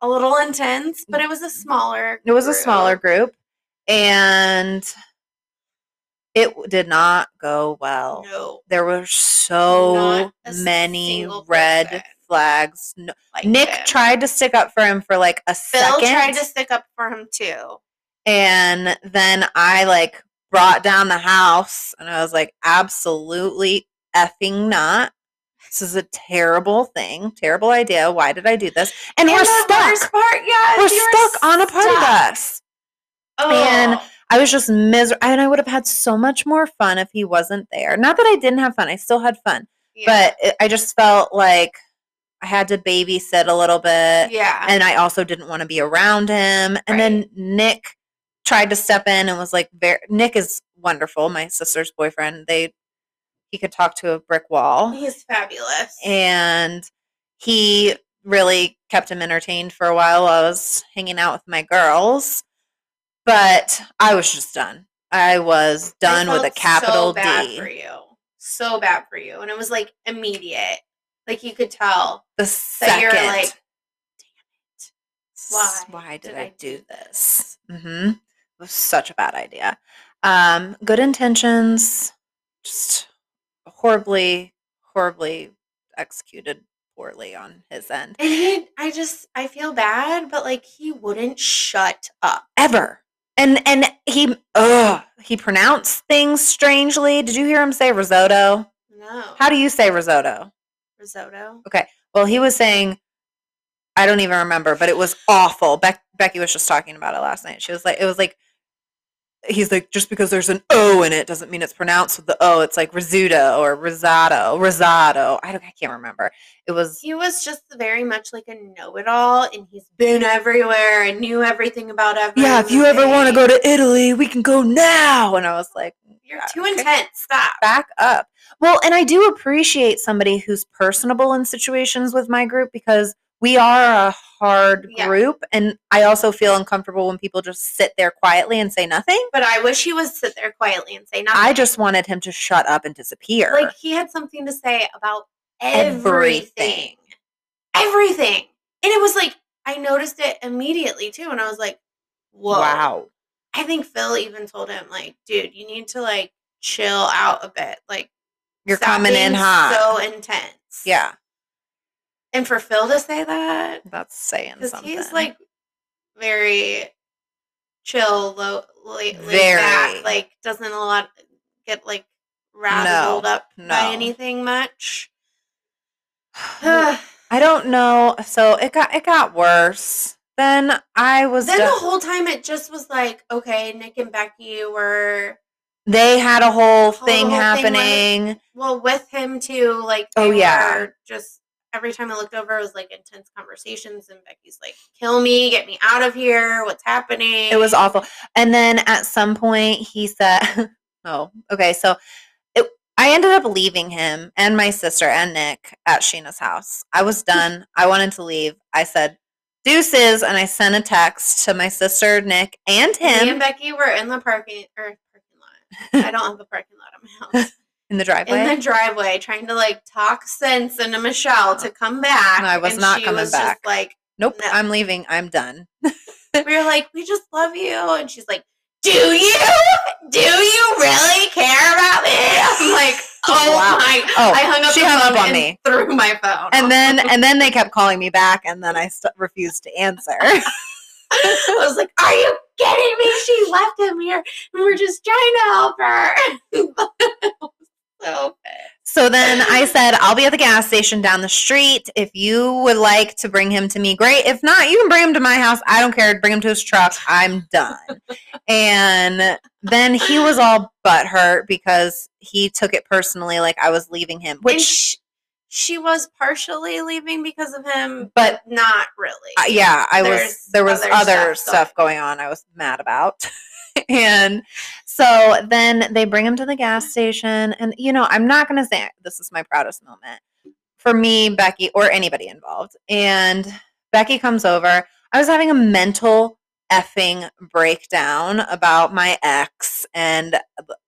[SPEAKER 3] a little intense, but it was a smaller.
[SPEAKER 2] it was a smaller group and it w- did not go well.
[SPEAKER 3] No,
[SPEAKER 2] There were so
[SPEAKER 3] Not a
[SPEAKER 2] many
[SPEAKER 3] single
[SPEAKER 2] red
[SPEAKER 3] person
[SPEAKER 2] flags. No-
[SPEAKER 3] like
[SPEAKER 2] Nick
[SPEAKER 3] him.
[SPEAKER 2] tried to stick up for him for like a
[SPEAKER 3] Phil
[SPEAKER 2] second.
[SPEAKER 3] tried to stick up for him too.
[SPEAKER 2] And then I like brought down the house and I was like, absolutely effing not. This is a terrible thing, terrible idea. Why did I do this? And, we're
[SPEAKER 3] the
[SPEAKER 2] stuck.
[SPEAKER 3] worst part, yes,
[SPEAKER 2] We're
[SPEAKER 3] you
[SPEAKER 2] stuck on a party
[SPEAKER 3] stuck. Oh,
[SPEAKER 2] bus. and- I was just miserable. And I would have had so much more fun if he wasn't there. Not that I didn't have fun, I still had fun,
[SPEAKER 3] yeah,
[SPEAKER 2] but it, I just felt like I had to babysit a little bit.
[SPEAKER 3] yeah,
[SPEAKER 2] and I also didn't want to be around him. And then Nick tried to step in and was like, ver- "Nick is wonderful. My sister's boyfriend. They he could talk to a brick wall,
[SPEAKER 3] he's fabulous.
[SPEAKER 2] and he really kept him entertained for a while while I was hanging out with my girls. But I was just done. I was
[SPEAKER 3] I
[SPEAKER 2] done with a
[SPEAKER 3] felt so
[SPEAKER 2] capital
[SPEAKER 3] bad
[SPEAKER 2] D.
[SPEAKER 3] for you. so bad for you. And it was like immediate. Like you could tell
[SPEAKER 2] The
[SPEAKER 3] that
[SPEAKER 2] second.
[SPEAKER 3] you were like,
[SPEAKER 2] why,
[SPEAKER 3] why
[SPEAKER 2] did, I, do this? Mm-hmm. It was such a bad idea. Um, good intentions, just horribly, horribly executed poorly on his end.
[SPEAKER 3] and he, I just, I feel bad, but like he wouldn't shut up.
[SPEAKER 2] Ever. And and he ugh, he pronounced things strangely. Did you hear him say risotto?
[SPEAKER 3] No.
[SPEAKER 2] How do you say risotto?
[SPEAKER 3] risotto?
[SPEAKER 2] Well, he was saying, I don't even remember, but it was awful. Beck- Becky was just talking about it last night. She was like, it was like, he's like, just because there's an O in it doesn't mean it's pronounced with the O. It's like risotto or risotto, risotto. I don't, I can't remember. It was
[SPEAKER 3] He was just very much like a know-it-all, and he's been everywhere and knew everything about everything.
[SPEAKER 1] Yeah, if you ever want to go to Italy, we can go now.
[SPEAKER 2] oh, and I was like,
[SPEAKER 3] you're
[SPEAKER 2] Yeah,
[SPEAKER 3] too
[SPEAKER 2] okay.
[SPEAKER 3] intense. Stop.
[SPEAKER 2] back up. Well, and I do appreciate somebody who's personable in situations with my group because we are a hard
[SPEAKER 3] Yeah.
[SPEAKER 2] group, and I also feel uncomfortable when people just sit there quietly and say nothing.
[SPEAKER 3] But I wish he would sit there quietly and say nothing.
[SPEAKER 2] I just wanted him to shut up and disappear.
[SPEAKER 3] like he had something to say about
[SPEAKER 2] Everything.
[SPEAKER 3] everything, everything, and it was like I noticed it immediately too, and I was like, "Whoa!"
[SPEAKER 2] wow.
[SPEAKER 3] I think Phil even told him, "Like, dude, you need to like chill out a bit. Like,
[SPEAKER 2] You're
[SPEAKER 3] stop
[SPEAKER 2] coming in
[SPEAKER 3] being
[SPEAKER 2] hot.
[SPEAKER 3] so intense."
[SPEAKER 2] yeah,
[SPEAKER 3] and for Phil to say that,
[SPEAKER 2] that's saying
[SPEAKER 3] because
[SPEAKER 2] something.
[SPEAKER 3] he's like very chill, low, late,
[SPEAKER 2] Very.
[SPEAKER 3] back, like doesn't a lot get like razzled
[SPEAKER 2] No,
[SPEAKER 3] up
[SPEAKER 2] no.
[SPEAKER 3] by anything much.
[SPEAKER 2] I don't know. So it got it got worse. Then I was
[SPEAKER 3] then
[SPEAKER 2] done-
[SPEAKER 3] the whole time it just was like, okay, Nick and Becky were
[SPEAKER 2] they had a whole
[SPEAKER 3] whole
[SPEAKER 2] thing
[SPEAKER 3] thing where-
[SPEAKER 2] happening.
[SPEAKER 3] well with him too. Like,
[SPEAKER 2] Oh,
[SPEAKER 3] they
[SPEAKER 2] yeah.
[SPEAKER 3] were just every time I looked over, it was like intense conversations, and Becky's like, "Kill me, get me out of here. What's happening?"
[SPEAKER 2] It was awful. And then at some point he said, "Oh, okay." So it, I ended up leaving him and my sister and Nick at Sheena's house. I was done. I wanted to leave. I said, "Deuces," and I sent a text to my sister, Nick, and
[SPEAKER 3] Me and
[SPEAKER 2] him
[SPEAKER 3] Becky were in the parking or parking lot. I don't have a parking lot at my house.
[SPEAKER 2] in the driveway.
[SPEAKER 3] In the driveway, trying to like talk sense into Michelle to come back.
[SPEAKER 2] Oh. No, I was
[SPEAKER 3] and
[SPEAKER 2] not
[SPEAKER 3] she
[SPEAKER 2] coming
[SPEAKER 3] was
[SPEAKER 2] back.
[SPEAKER 3] Just like
[SPEAKER 2] nope,
[SPEAKER 3] no.
[SPEAKER 2] I'm leaving. I'm done.
[SPEAKER 3] we were like, we just love you, and she's like, do you? Do you really care about me? I'm like, oh
[SPEAKER 2] Wow.
[SPEAKER 3] my!
[SPEAKER 2] Oh,
[SPEAKER 3] I hung up.
[SPEAKER 2] she
[SPEAKER 3] the
[SPEAKER 2] hung up
[SPEAKER 3] phone
[SPEAKER 2] on
[SPEAKER 3] and
[SPEAKER 2] me.
[SPEAKER 3] threw my phone.
[SPEAKER 2] And then and then they kept calling me back, and then I st- refused to answer.
[SPEAKER 3] I was like, are you kidding me? She left him here, and we're just trying to help her. so bad.
[SPEAKER 2] So then I said, I'll be at the gas station down the street. If you would like to bring him to me, great. If not, you can bring him to my house. I don't care. Bring him to his truck. I'm done. and then he was all butthurt because he took it personally, like I was leaving him,
[SPEAKER 3] which
[SPEAKER 2] which,
[SPEAKER 3] she, was partially leaving because of him,
[SPEAKER 2] but.
[SPEAKER 3] not really.
[SPEAKER 2] uh, yeah, I was.
[SPEAKER 3] There's
[SPEAKER 2] There was
[SPEAKER 3] other
[SPEAKER 2] other,
[SPEAKER 3] stuff
[SPEAKER 2] stuff going on. I was mad about, and so then they bring him to the gas station. And you know, I'm not gonna say this is my proudest moment for me, Becky, or anybody involved. And Becky comes over. I was having a mental effing breakdown about my ex, and uh,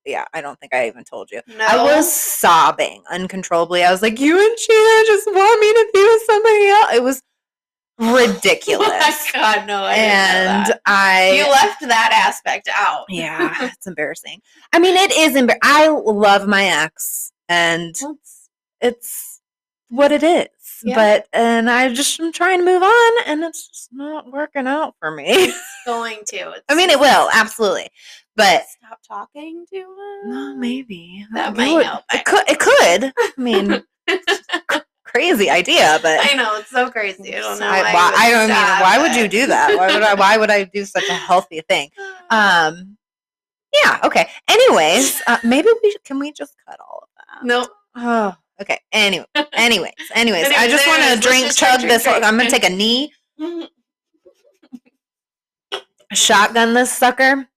[SPEAKER 2] yeah, I don't think I even told you.
[SPEAKER 3] no,
[SPEAKER 2] I was sobbing uncontrollably. I was like, "You and Sheena just want me to be with somebody else." It was
[SPEAKER 3] Oh my
[SPEAKER 2] ridiculous,
[SPEAKER 3] God, no, I
[SPEAKER 2] and
[SPEAKER 3] didn't
[SPEAKER 2] I
[SPEAKER 3] know that. you left that aspect out.
[SPEAKER 2] yeah, it's embarrassing. I mean, it is embar. I love my ex, and it's what it is.
[SPEAKER 3] Yeah.
[SPEAKER 2] But and I just am trying to move on, and it's just not working out for me.
[SPEAKER 3] going to. It's
[SPEAKER 2] I mean, it will absolutely, but
[SPEAKER 3] stop talking to him.
[SPEAKER 2] no, maybe
[SPEAKER 3] That
[SPEAKER 2] You
[SPEAKER 3] might
[SPEAKER 2] would-
[SPEAKER 3] help,
[SPEAKER 2] It could. It could. I mean, it's cr- crazy idea, but
[SPEAKER 3] I know it's so crazy. I don't know.
[SPEAKER 2] I,
[SPEAKER 3] why
[SPEAKER 2] why,
[SPEAKER 3] you
[SPEAKER 2] I
[SPEAKER 3] would
[SPEAKER 2] don't mean
[SPEAKER 3] stop
[SPEAKER 2] why would
[SPEAKER 3] it.
[SPEAKER 2] you do that? Why would I? Why would I do such a healthy thing? Um, yeah. Okay. Anyways, uh, maybe we should, can we just cut all of that.
[SPEAKER 3] Nope.
[SPEAKER 2] Oh, okay. Anyway, anyways, anyways, I just
[SPEAKER 3] Anyways,
[SPEAKER 2] want to
[SPEAKER 3] let's
[SPEAKER 2] drink,
[SPEAKER 3] just drink,
[SPEAKER 2] chug
[SPEAKER 3] drink,
[SPEAKER 2] this.
[SPEAKER 3] drink.
[SPEAKER 2] I'm gonna take a knee,
[SPEAKER 3] Oh
[SPEAKER 2] shotgun this sucker.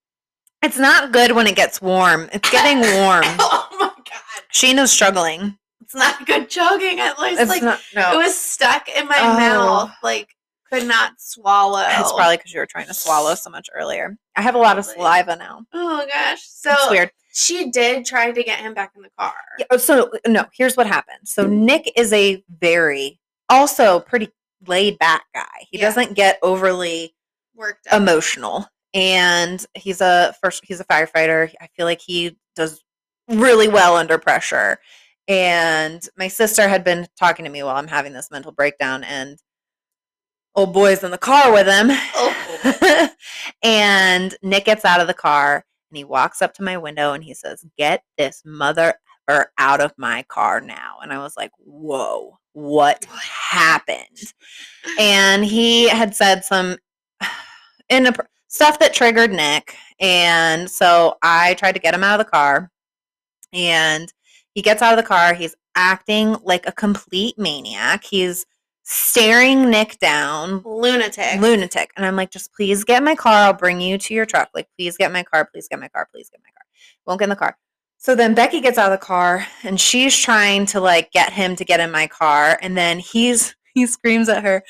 [SPEAKER 2] It's not good when it gets warm. It's getting warm.
[SPEAKER 3] oh my god,
[SPEAKER 2] Sheena's struggling.
[SPEAKER 3] it's not good joking. At least
[SPEAKER 2] It's
[SPEAKER 3] like
[SPEAKER 2] not. No,
[SPEAKER 3] it was stuck in my
[SPEAKER 2] Oh.
[SPEAKER 3] mouth, like could not swallow.
[SPEAKER 2] it's Oh. probably because you were trying to swallow so much earlier. I have a lot of
[SPEAKER 3] Probably.
[SPEAKER 2] saliva now.
[SPEAKER 3] Oh gosh, so
[SPEAKER 2] It's weird.
[SPEAKER 3] She did try to get him back in the car.
[SPEAKER 2] Yeah, oh, so no, here's what happened. So Nick is a very also pretty laid back guy. He
[SPEAKER 3] Yeah.
[SPEAKER 2] doesn't get overly
[SPEAKER 3] Worked up.
[SPEAKER 2] emotional. And he's a first he's a firefighter. I feel like he does really well under pressure. And my sister had been talking to me while I'm having this mental breakdown and old boy's in the car with him.
[SPEAKER 3] Oh.
[SPEAKER 2] and Nick gets out of the car and he walks up to my window and he says, Get this mother effer out of my car now. And I was like, Whoa, what happened? And he had said some inappro- stuff that triggered Nick. And so I tried to get him out of the car. And he gets out of the car. He's acting like a complete maniac. He's staring Nick down
[SPEAKER 3] Lunatic.
[SPEAKER 2] lunatic. And I'm like, just please get in my car. I'll bring you to your truck. Like, please get in my car. Please get in my car. Please get in my car. Won't get in the car. So then Becky gets out of the car and she's trying to like get him to get in my car. And then he's he screams at her,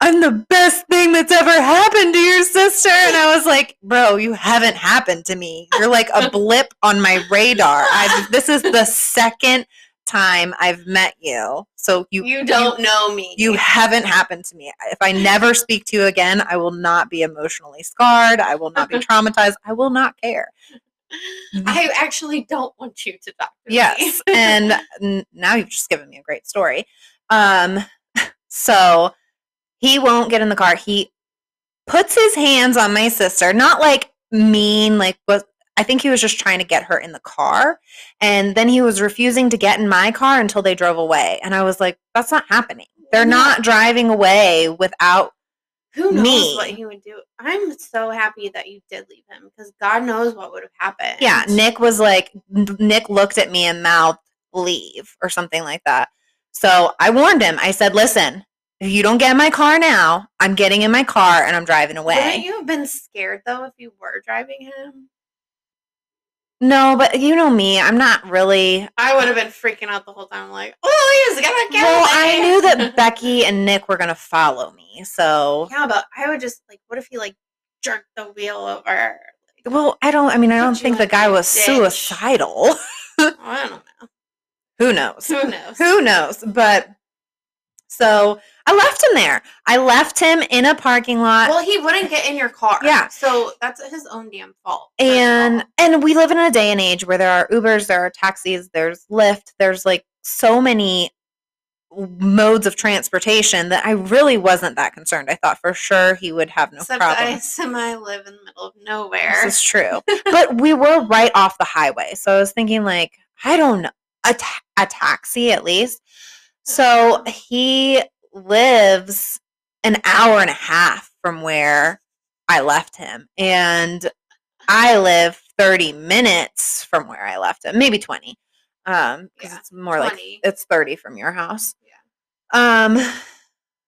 [SPEAKER 2] I'm the best thing that's ever happened to your sister. And I was like, bro, you haven't happened to me. You're like a blip on my radar. I've, this is the second time I've met you. So you
[SPEAKER 3] you don't know me.
[SPEAKER 2] you haven't happened to me. If I never speak to you again, I will not be emotionally scarred. I will not be traumatized. I will not care.
[SPEAKER 3] I actually don't want you to talk to me.
[SPEAKER 2] Yes. And n- now you've just given me a great story. Um, so he won't get in the car. He puts his hands on my sister, not like mean, like what I think he was just trying to get her in the car. And then he was refusing to get in my car until they drove away. And I was like, that's not happening. They're
[SPEAKER 3] No.
[SPEAKER 2] not driving away without
[SPEAKER 3] Who knows
[SPEAKER 2] me.
[SPEAKER 3] what he would do? I'm so happy that you did leave him because God knows what would have happened.
[SPEAKER 2] Yeah, Nick was like, N- Nick looked at me and mouthed, leave, or something like that. So I warned him. I said, listen, if you don't get in my car now, I'm getting in my car and I'm driving
[SPEAKER 3] Wouldn't
[SPEAKER 2] away.
[SPEAKER 3] you have been scared though if you were driving him?
[SPEAKER 2] No, but you know me, I'm not really.
[SPEAKER 3] I would have been freaking out the whole time, like, oh, he's gonna get
[SPEAKER 2] Well, I
[SPEAKER 3] me."
[SPEAKER 2] knew that Becky and Nick were going to follow me. So,
[SPEAKER 3] yeah, but I would just like, what if he like jerked the wheel over? Like,
[SPEAKER 2] well, I don't, I mean, I
[SPEAKER 3] Put
[SPEAKER 2] don't
[SPEAKER 3] you
[SPEAKER 2] think the
[SPEAKER 3] in
[SPEAKER 2] guy
[SPEAKER 3] a
[SPEAKER 2] was
[SPEAKER 3] ditch.
[SPEAKER 2] suicidal.
[SPEAKER 3] I don't know.
[SPEAKER 2] Who knows?
[SPEAKER 3] Who knows?
[SPEAKER 2] Who knows? But so I left him there. I left him in a parking lot.
[SPEAKER 3] Well, he wouldn't get in your car.
[SPEAKER 2] Yeah.
[SPEAKER 3] So that's his own damn fault. first of
[SPEAKER 2] and
[SPEAKER 3] all.
[SPEAKER 2] and we live in a day and age where there are ubers there are taxis there's lyft there's like so many modes of transportation that i really wasn't that concerned i thought for sure he would have no
[SPEAKER 3] except
[SPEAKER 2] problem
[SPEAKER 3] I semi live in the middle of nowhere.
[SPEAKER 2] this is true but we were right off the highway so i was thinking like i don't know a, ta- a taxi at least so
[SPEAKER 3] Uh.
[SPEAKER 2] he lives an hour and a half from where i left him and i live 30 minutes from where i left him maybe 20 um because
[SPEAKER 3] Yeah,
[SPEAKER 2] it's more like
[SPEAKER 3] 20.
[SPEAKER 2] it's 30 from your house um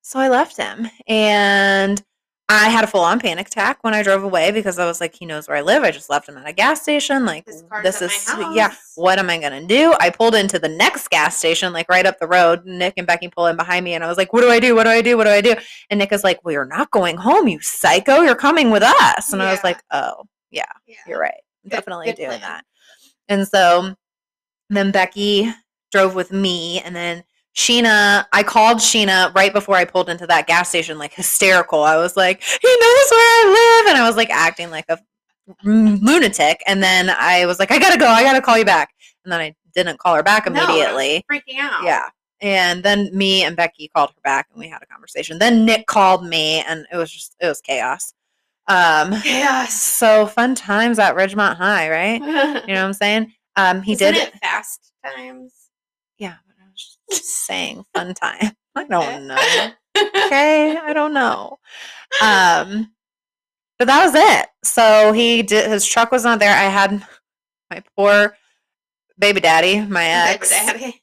[SPEAKER 2] so i left him and I had a full on panic attack when I drove away because I was like, he knows where I live. I just left him at a gas station. Like,
[SPEAKER 3] His car's
[SPEAKER 2] this
[SPEAKER 3] at my
[SPEAKER 2] is, yeah,
[SPEAKER 3] house.
[SPEAKER 2] what am I going to do? I pulled into the next gas station, like right up the road. Nick and Becky pull in behind me, and I was like, what do I do? What do I do? What do I do? And Nick is like, well, you're not going home, you psycho. You're coming with us. And I was
[SPEAKER 3] Yeah.
[SPEAKER 2] like, oh,
[SPEAKER 3] Yeah.
[SPEAKER 2] you're right.
[SPEAKER 3] Good-
[SPEAKER 2] Definitely
[SPEAKER 3] good
[SPEAKER 2] doing
[SPEAKER 3] plan.
[SPEAKER 2] that. And so then Becky drove with me and then Sheena, I called Sheena right before I pulled into that gas station, like hysterical. I was like, he knows where I live. And I was like acting like a m- lunatic. And then I was like, I gotta go. I gotta call you back. And then I didn't call her back
[SPEAKER 3] No, I was
[SPEAKER 2] immediately.
[SPEAKER 3] freaking out.
[SPEAKER 2] Yeah. And then me and Becky called her back and we had a conversation. Then Nick called me and it was just, it was chaos. Um,
[SPEAKER 3] Yes.
[SPEAKER 2] so fun times at Ridgemont High, right? You
[SPEAKER 3] know,
[SPEAKER 2] know what I'm saying? Um, he
[SPEAKER 3] Isn't
[SPEAKER 2] did.
[SPEAKER 3] it fast times.
[SPEAKER 2] Yeah, but I was just saying fun time. I don't know. Okay, I don't know. Um, but that was it. So he did. His truck was not there. I had my poor baby daddy, my
[SPEAKER 3] Diaper
[SPEAKER 2] ex.
[SPEAKER 3] Daddy.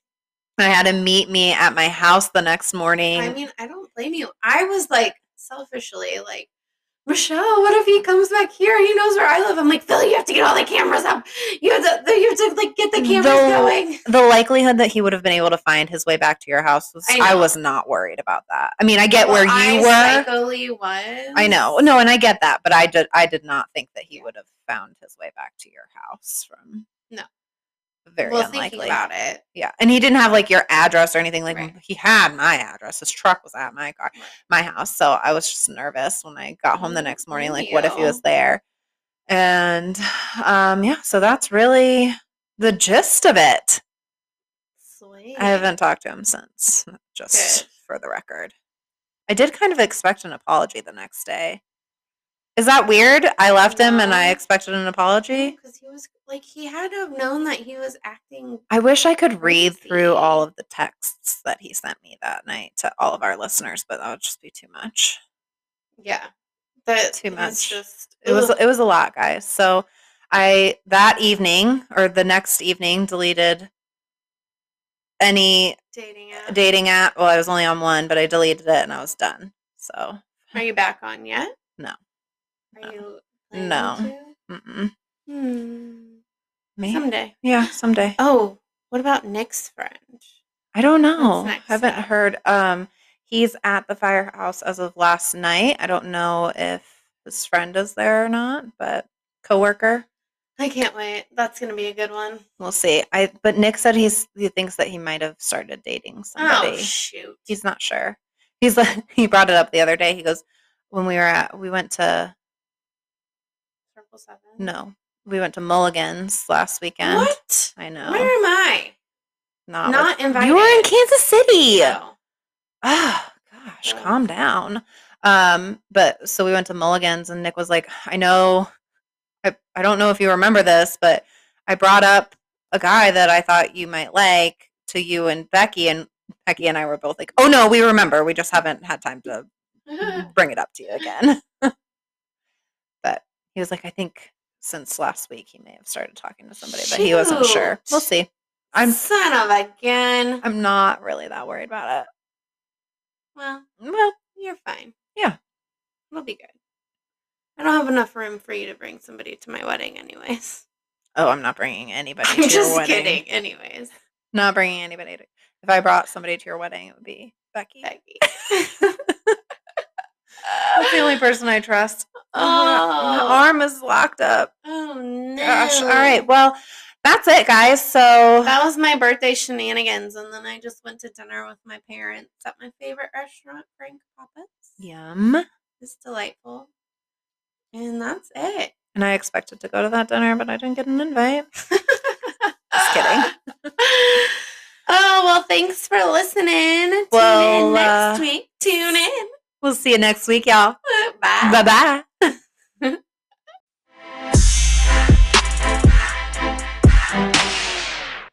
[SPEAKER 2] I had him meet me at my house the next morning.
[SPEAKER 3] I mean, I don't blame you. I was like selfishly like, Michelle, what if he comes back here? He knows where I live. I'm like, Phil, you have to get all the cameras up. You have to, you have to like get the cameras
[SPEAKER 2] The-
[SPEAKER 3] going.
[SPEAKER 2] the likelihood that he would have been able to find his way back to your house was.
[SPEAKER 3] I
[SPEAKER 2] I,
[SPEAKER 3] know.
[SPEAKER 2] was not worried about that. I mean, I get where you
[SPEAKER 3] I
[SPEAKER 2] were.
[SPEAKER 3] Psychically was.
[SPEAKER 2] I know. No, and I get that, but I did I did not think that he would have found his way back to your house from
[SPEAKER 3] No.
[SPEAKER 2] Very
[SPEAKER 3] well, thinking
[SPEAKER 2] unlikely.
[SPEAKER 3] about it,
[SPEAKER 2] Yeah, and he didn't have like your address or anything. Like
[SPEAKER 3] Right.
[SPEAKER 2] he had my address. His truck was at my car, my house. So I was just nervous when I got
[SPEAKER 3] Oh,
[SPEAKER 2] home the next morning. Like, what if he
[SPEAKER 3] Ew.
[SPEAKER 2] was there? And um, yeah, so that's really the gist of it.
[SPEAKER 3] sweet.
[SPEAKER 2] I haven't talked to him since, just
[SPEAKER 3] Good.
[SPEAKER 2] for the record. I did kind of expect an apology the next day. Is that weird? I left him and I
[SPEAKER 3] No.
[SPEAKER 2] expected an apology.
[SPEAKER 3] because he was like he had to have known that he was acting.
[SPEAKER 2] I wish I could read through all
[SPEAKER 3] Crazy.
[SPEAKER 2] of the texts that he sent me that night to all of our listeners, but that would just be too much.
[SPEAKER 3] Yeah, that
[SPEAKER 2] Too
[SPEAKER 3] was
[SPEAKER 2] much.
[SPEAKER 3] Just
[SPEAKER 2] It was
[SPEAKER 3] ugh.
[SPEAKER 2] it was a lot, guys. So I that evening or the next evening deleted any
[SPEAKER 3] dating. App.
[SPEAKER 2] dating app. Well, I was only on one, but I deleted it and I was done. So
[SPEAKER 3] Are you back on yet?
[SPEAKER 2] No.
[SPEAKER 3] Are you? planning
[SPEAKER 2] No. mm-mm.
[SPEAKER 3] to? Hmm.
[SPEAKER 2] me,
[SPEAKER 3] Someday.
[SPEAKER 2] yeah, someday.
[SPEAKER 3] Oh, what about Nick's friend?
[SPEAKER 2] I don't know.
[SPEAKER 3] next
[SPEAKER 2] Haven't
[SPEAKER 3] step?
[SPEAKER 2] heard. Um, he's at the firehouse as of last night. I don't know if his friend is there or not, but coworker.
[SPEAKER 3] I can't wait. That's gonna be a good one.
[SPEAKER 2] We'll see. I but Nick said he's he thinks that he might have started dating somebody.
[SPEAKER 3] Oh shoot.
[SPEAKER 2] he's not sure. He's like he brought it up the other day. He goes when we were at we went to
[SPEAKER 3] Triple seven.
[SPEAKER 2] no we went to Mulligan's last weekend.
[SPEAKER 3] What?
[SPEAKER 2] I know.
[SPEAKER 3] Where am I?
[SPEAKER 2] Not,
[SPEAKER 3] Not
[SPEAKER 2] with- You were in
[SPEAKER 3] invited.
[SPEAKER 2] Kansas City.
[SPEAKER 3] Oh,
[SPEAKER 2] oh gosh
[SPEAKER 3] Oh.
[SPEAKER 2] calm down um but so we went to mulligan's and nick was like i know I, I don't know if you remember this but i brought up a guy that i thought you might like to you and becky and becky and i were both like oh no we remember we just haven't had time to
[SPEAKER 3] Oh.
[SPEAKER 2] bring it up to you again but he was like i think since last week he may have started talking to somebody but he wasn't sure we'll
[SPEAKER 3] Shoot.
[SPEAKER 2] see i'm
[SPEAKER 3] son of a gun.
[SPEAKER 2] i'm not really that worried about it
[SPEAKER 3] Well,
[SPEAKER 2] well
[SPEAKER 3] you're fine.
[SPEAKER 2] Yeah.
[SPEAKER 3] It'll be good. I don't have enough room for you to bring somebody to my wedding, anyways.
[SPEAKER 2] Oh, I'm not bringing anybody. to
[SPEAKER 3] I'm
[SPEAKER 2] your
[SPEAKER 3] just
[SPEAKER 2] wedding.
[SPEAKER 3] kidding, anyways.
[SPEAKER 2] Not bringing anybody. To, if I brought somebody to your wedding, it would be Becky.
[SPEAKER 3] Becky.
[SPEAKER 2] That's the only person I trust. Uh-huh. my
[SPEAKER 3] Oh.
[SPEAKER 2] arm is locked up.
[SPEAKER 3] Oh, no.
[SPEAKER 2] Gosh. All right. Well, that's it, guys. So
[SPEAKER 3] That was my birthday shenanigans, and then I just went to dinner with my parents at my favorite restaurant, Frank Papa's.
[SPEAKER 2] yum.
[SPEAKER 3] It's delightful. And that's it.
[SPEAKER 2] And I expected to go to that dinner, but I didn't get an invite.
[SPEAKER 3] Just
[SPEAKER 2] kidding.
[SPEAKER 3] oh, well, thanks for listening. Tune
[SPEAKER 2] Well,
[SPEAKER 3] in
[SPEAKER 2] uh,
[SPEAKER 3] next week. Tune in.
[SPEAKER 2] We'll see you next week, y'all.
[SPEAKER 3] Bye.
[SPEAKER 2] Bye bye.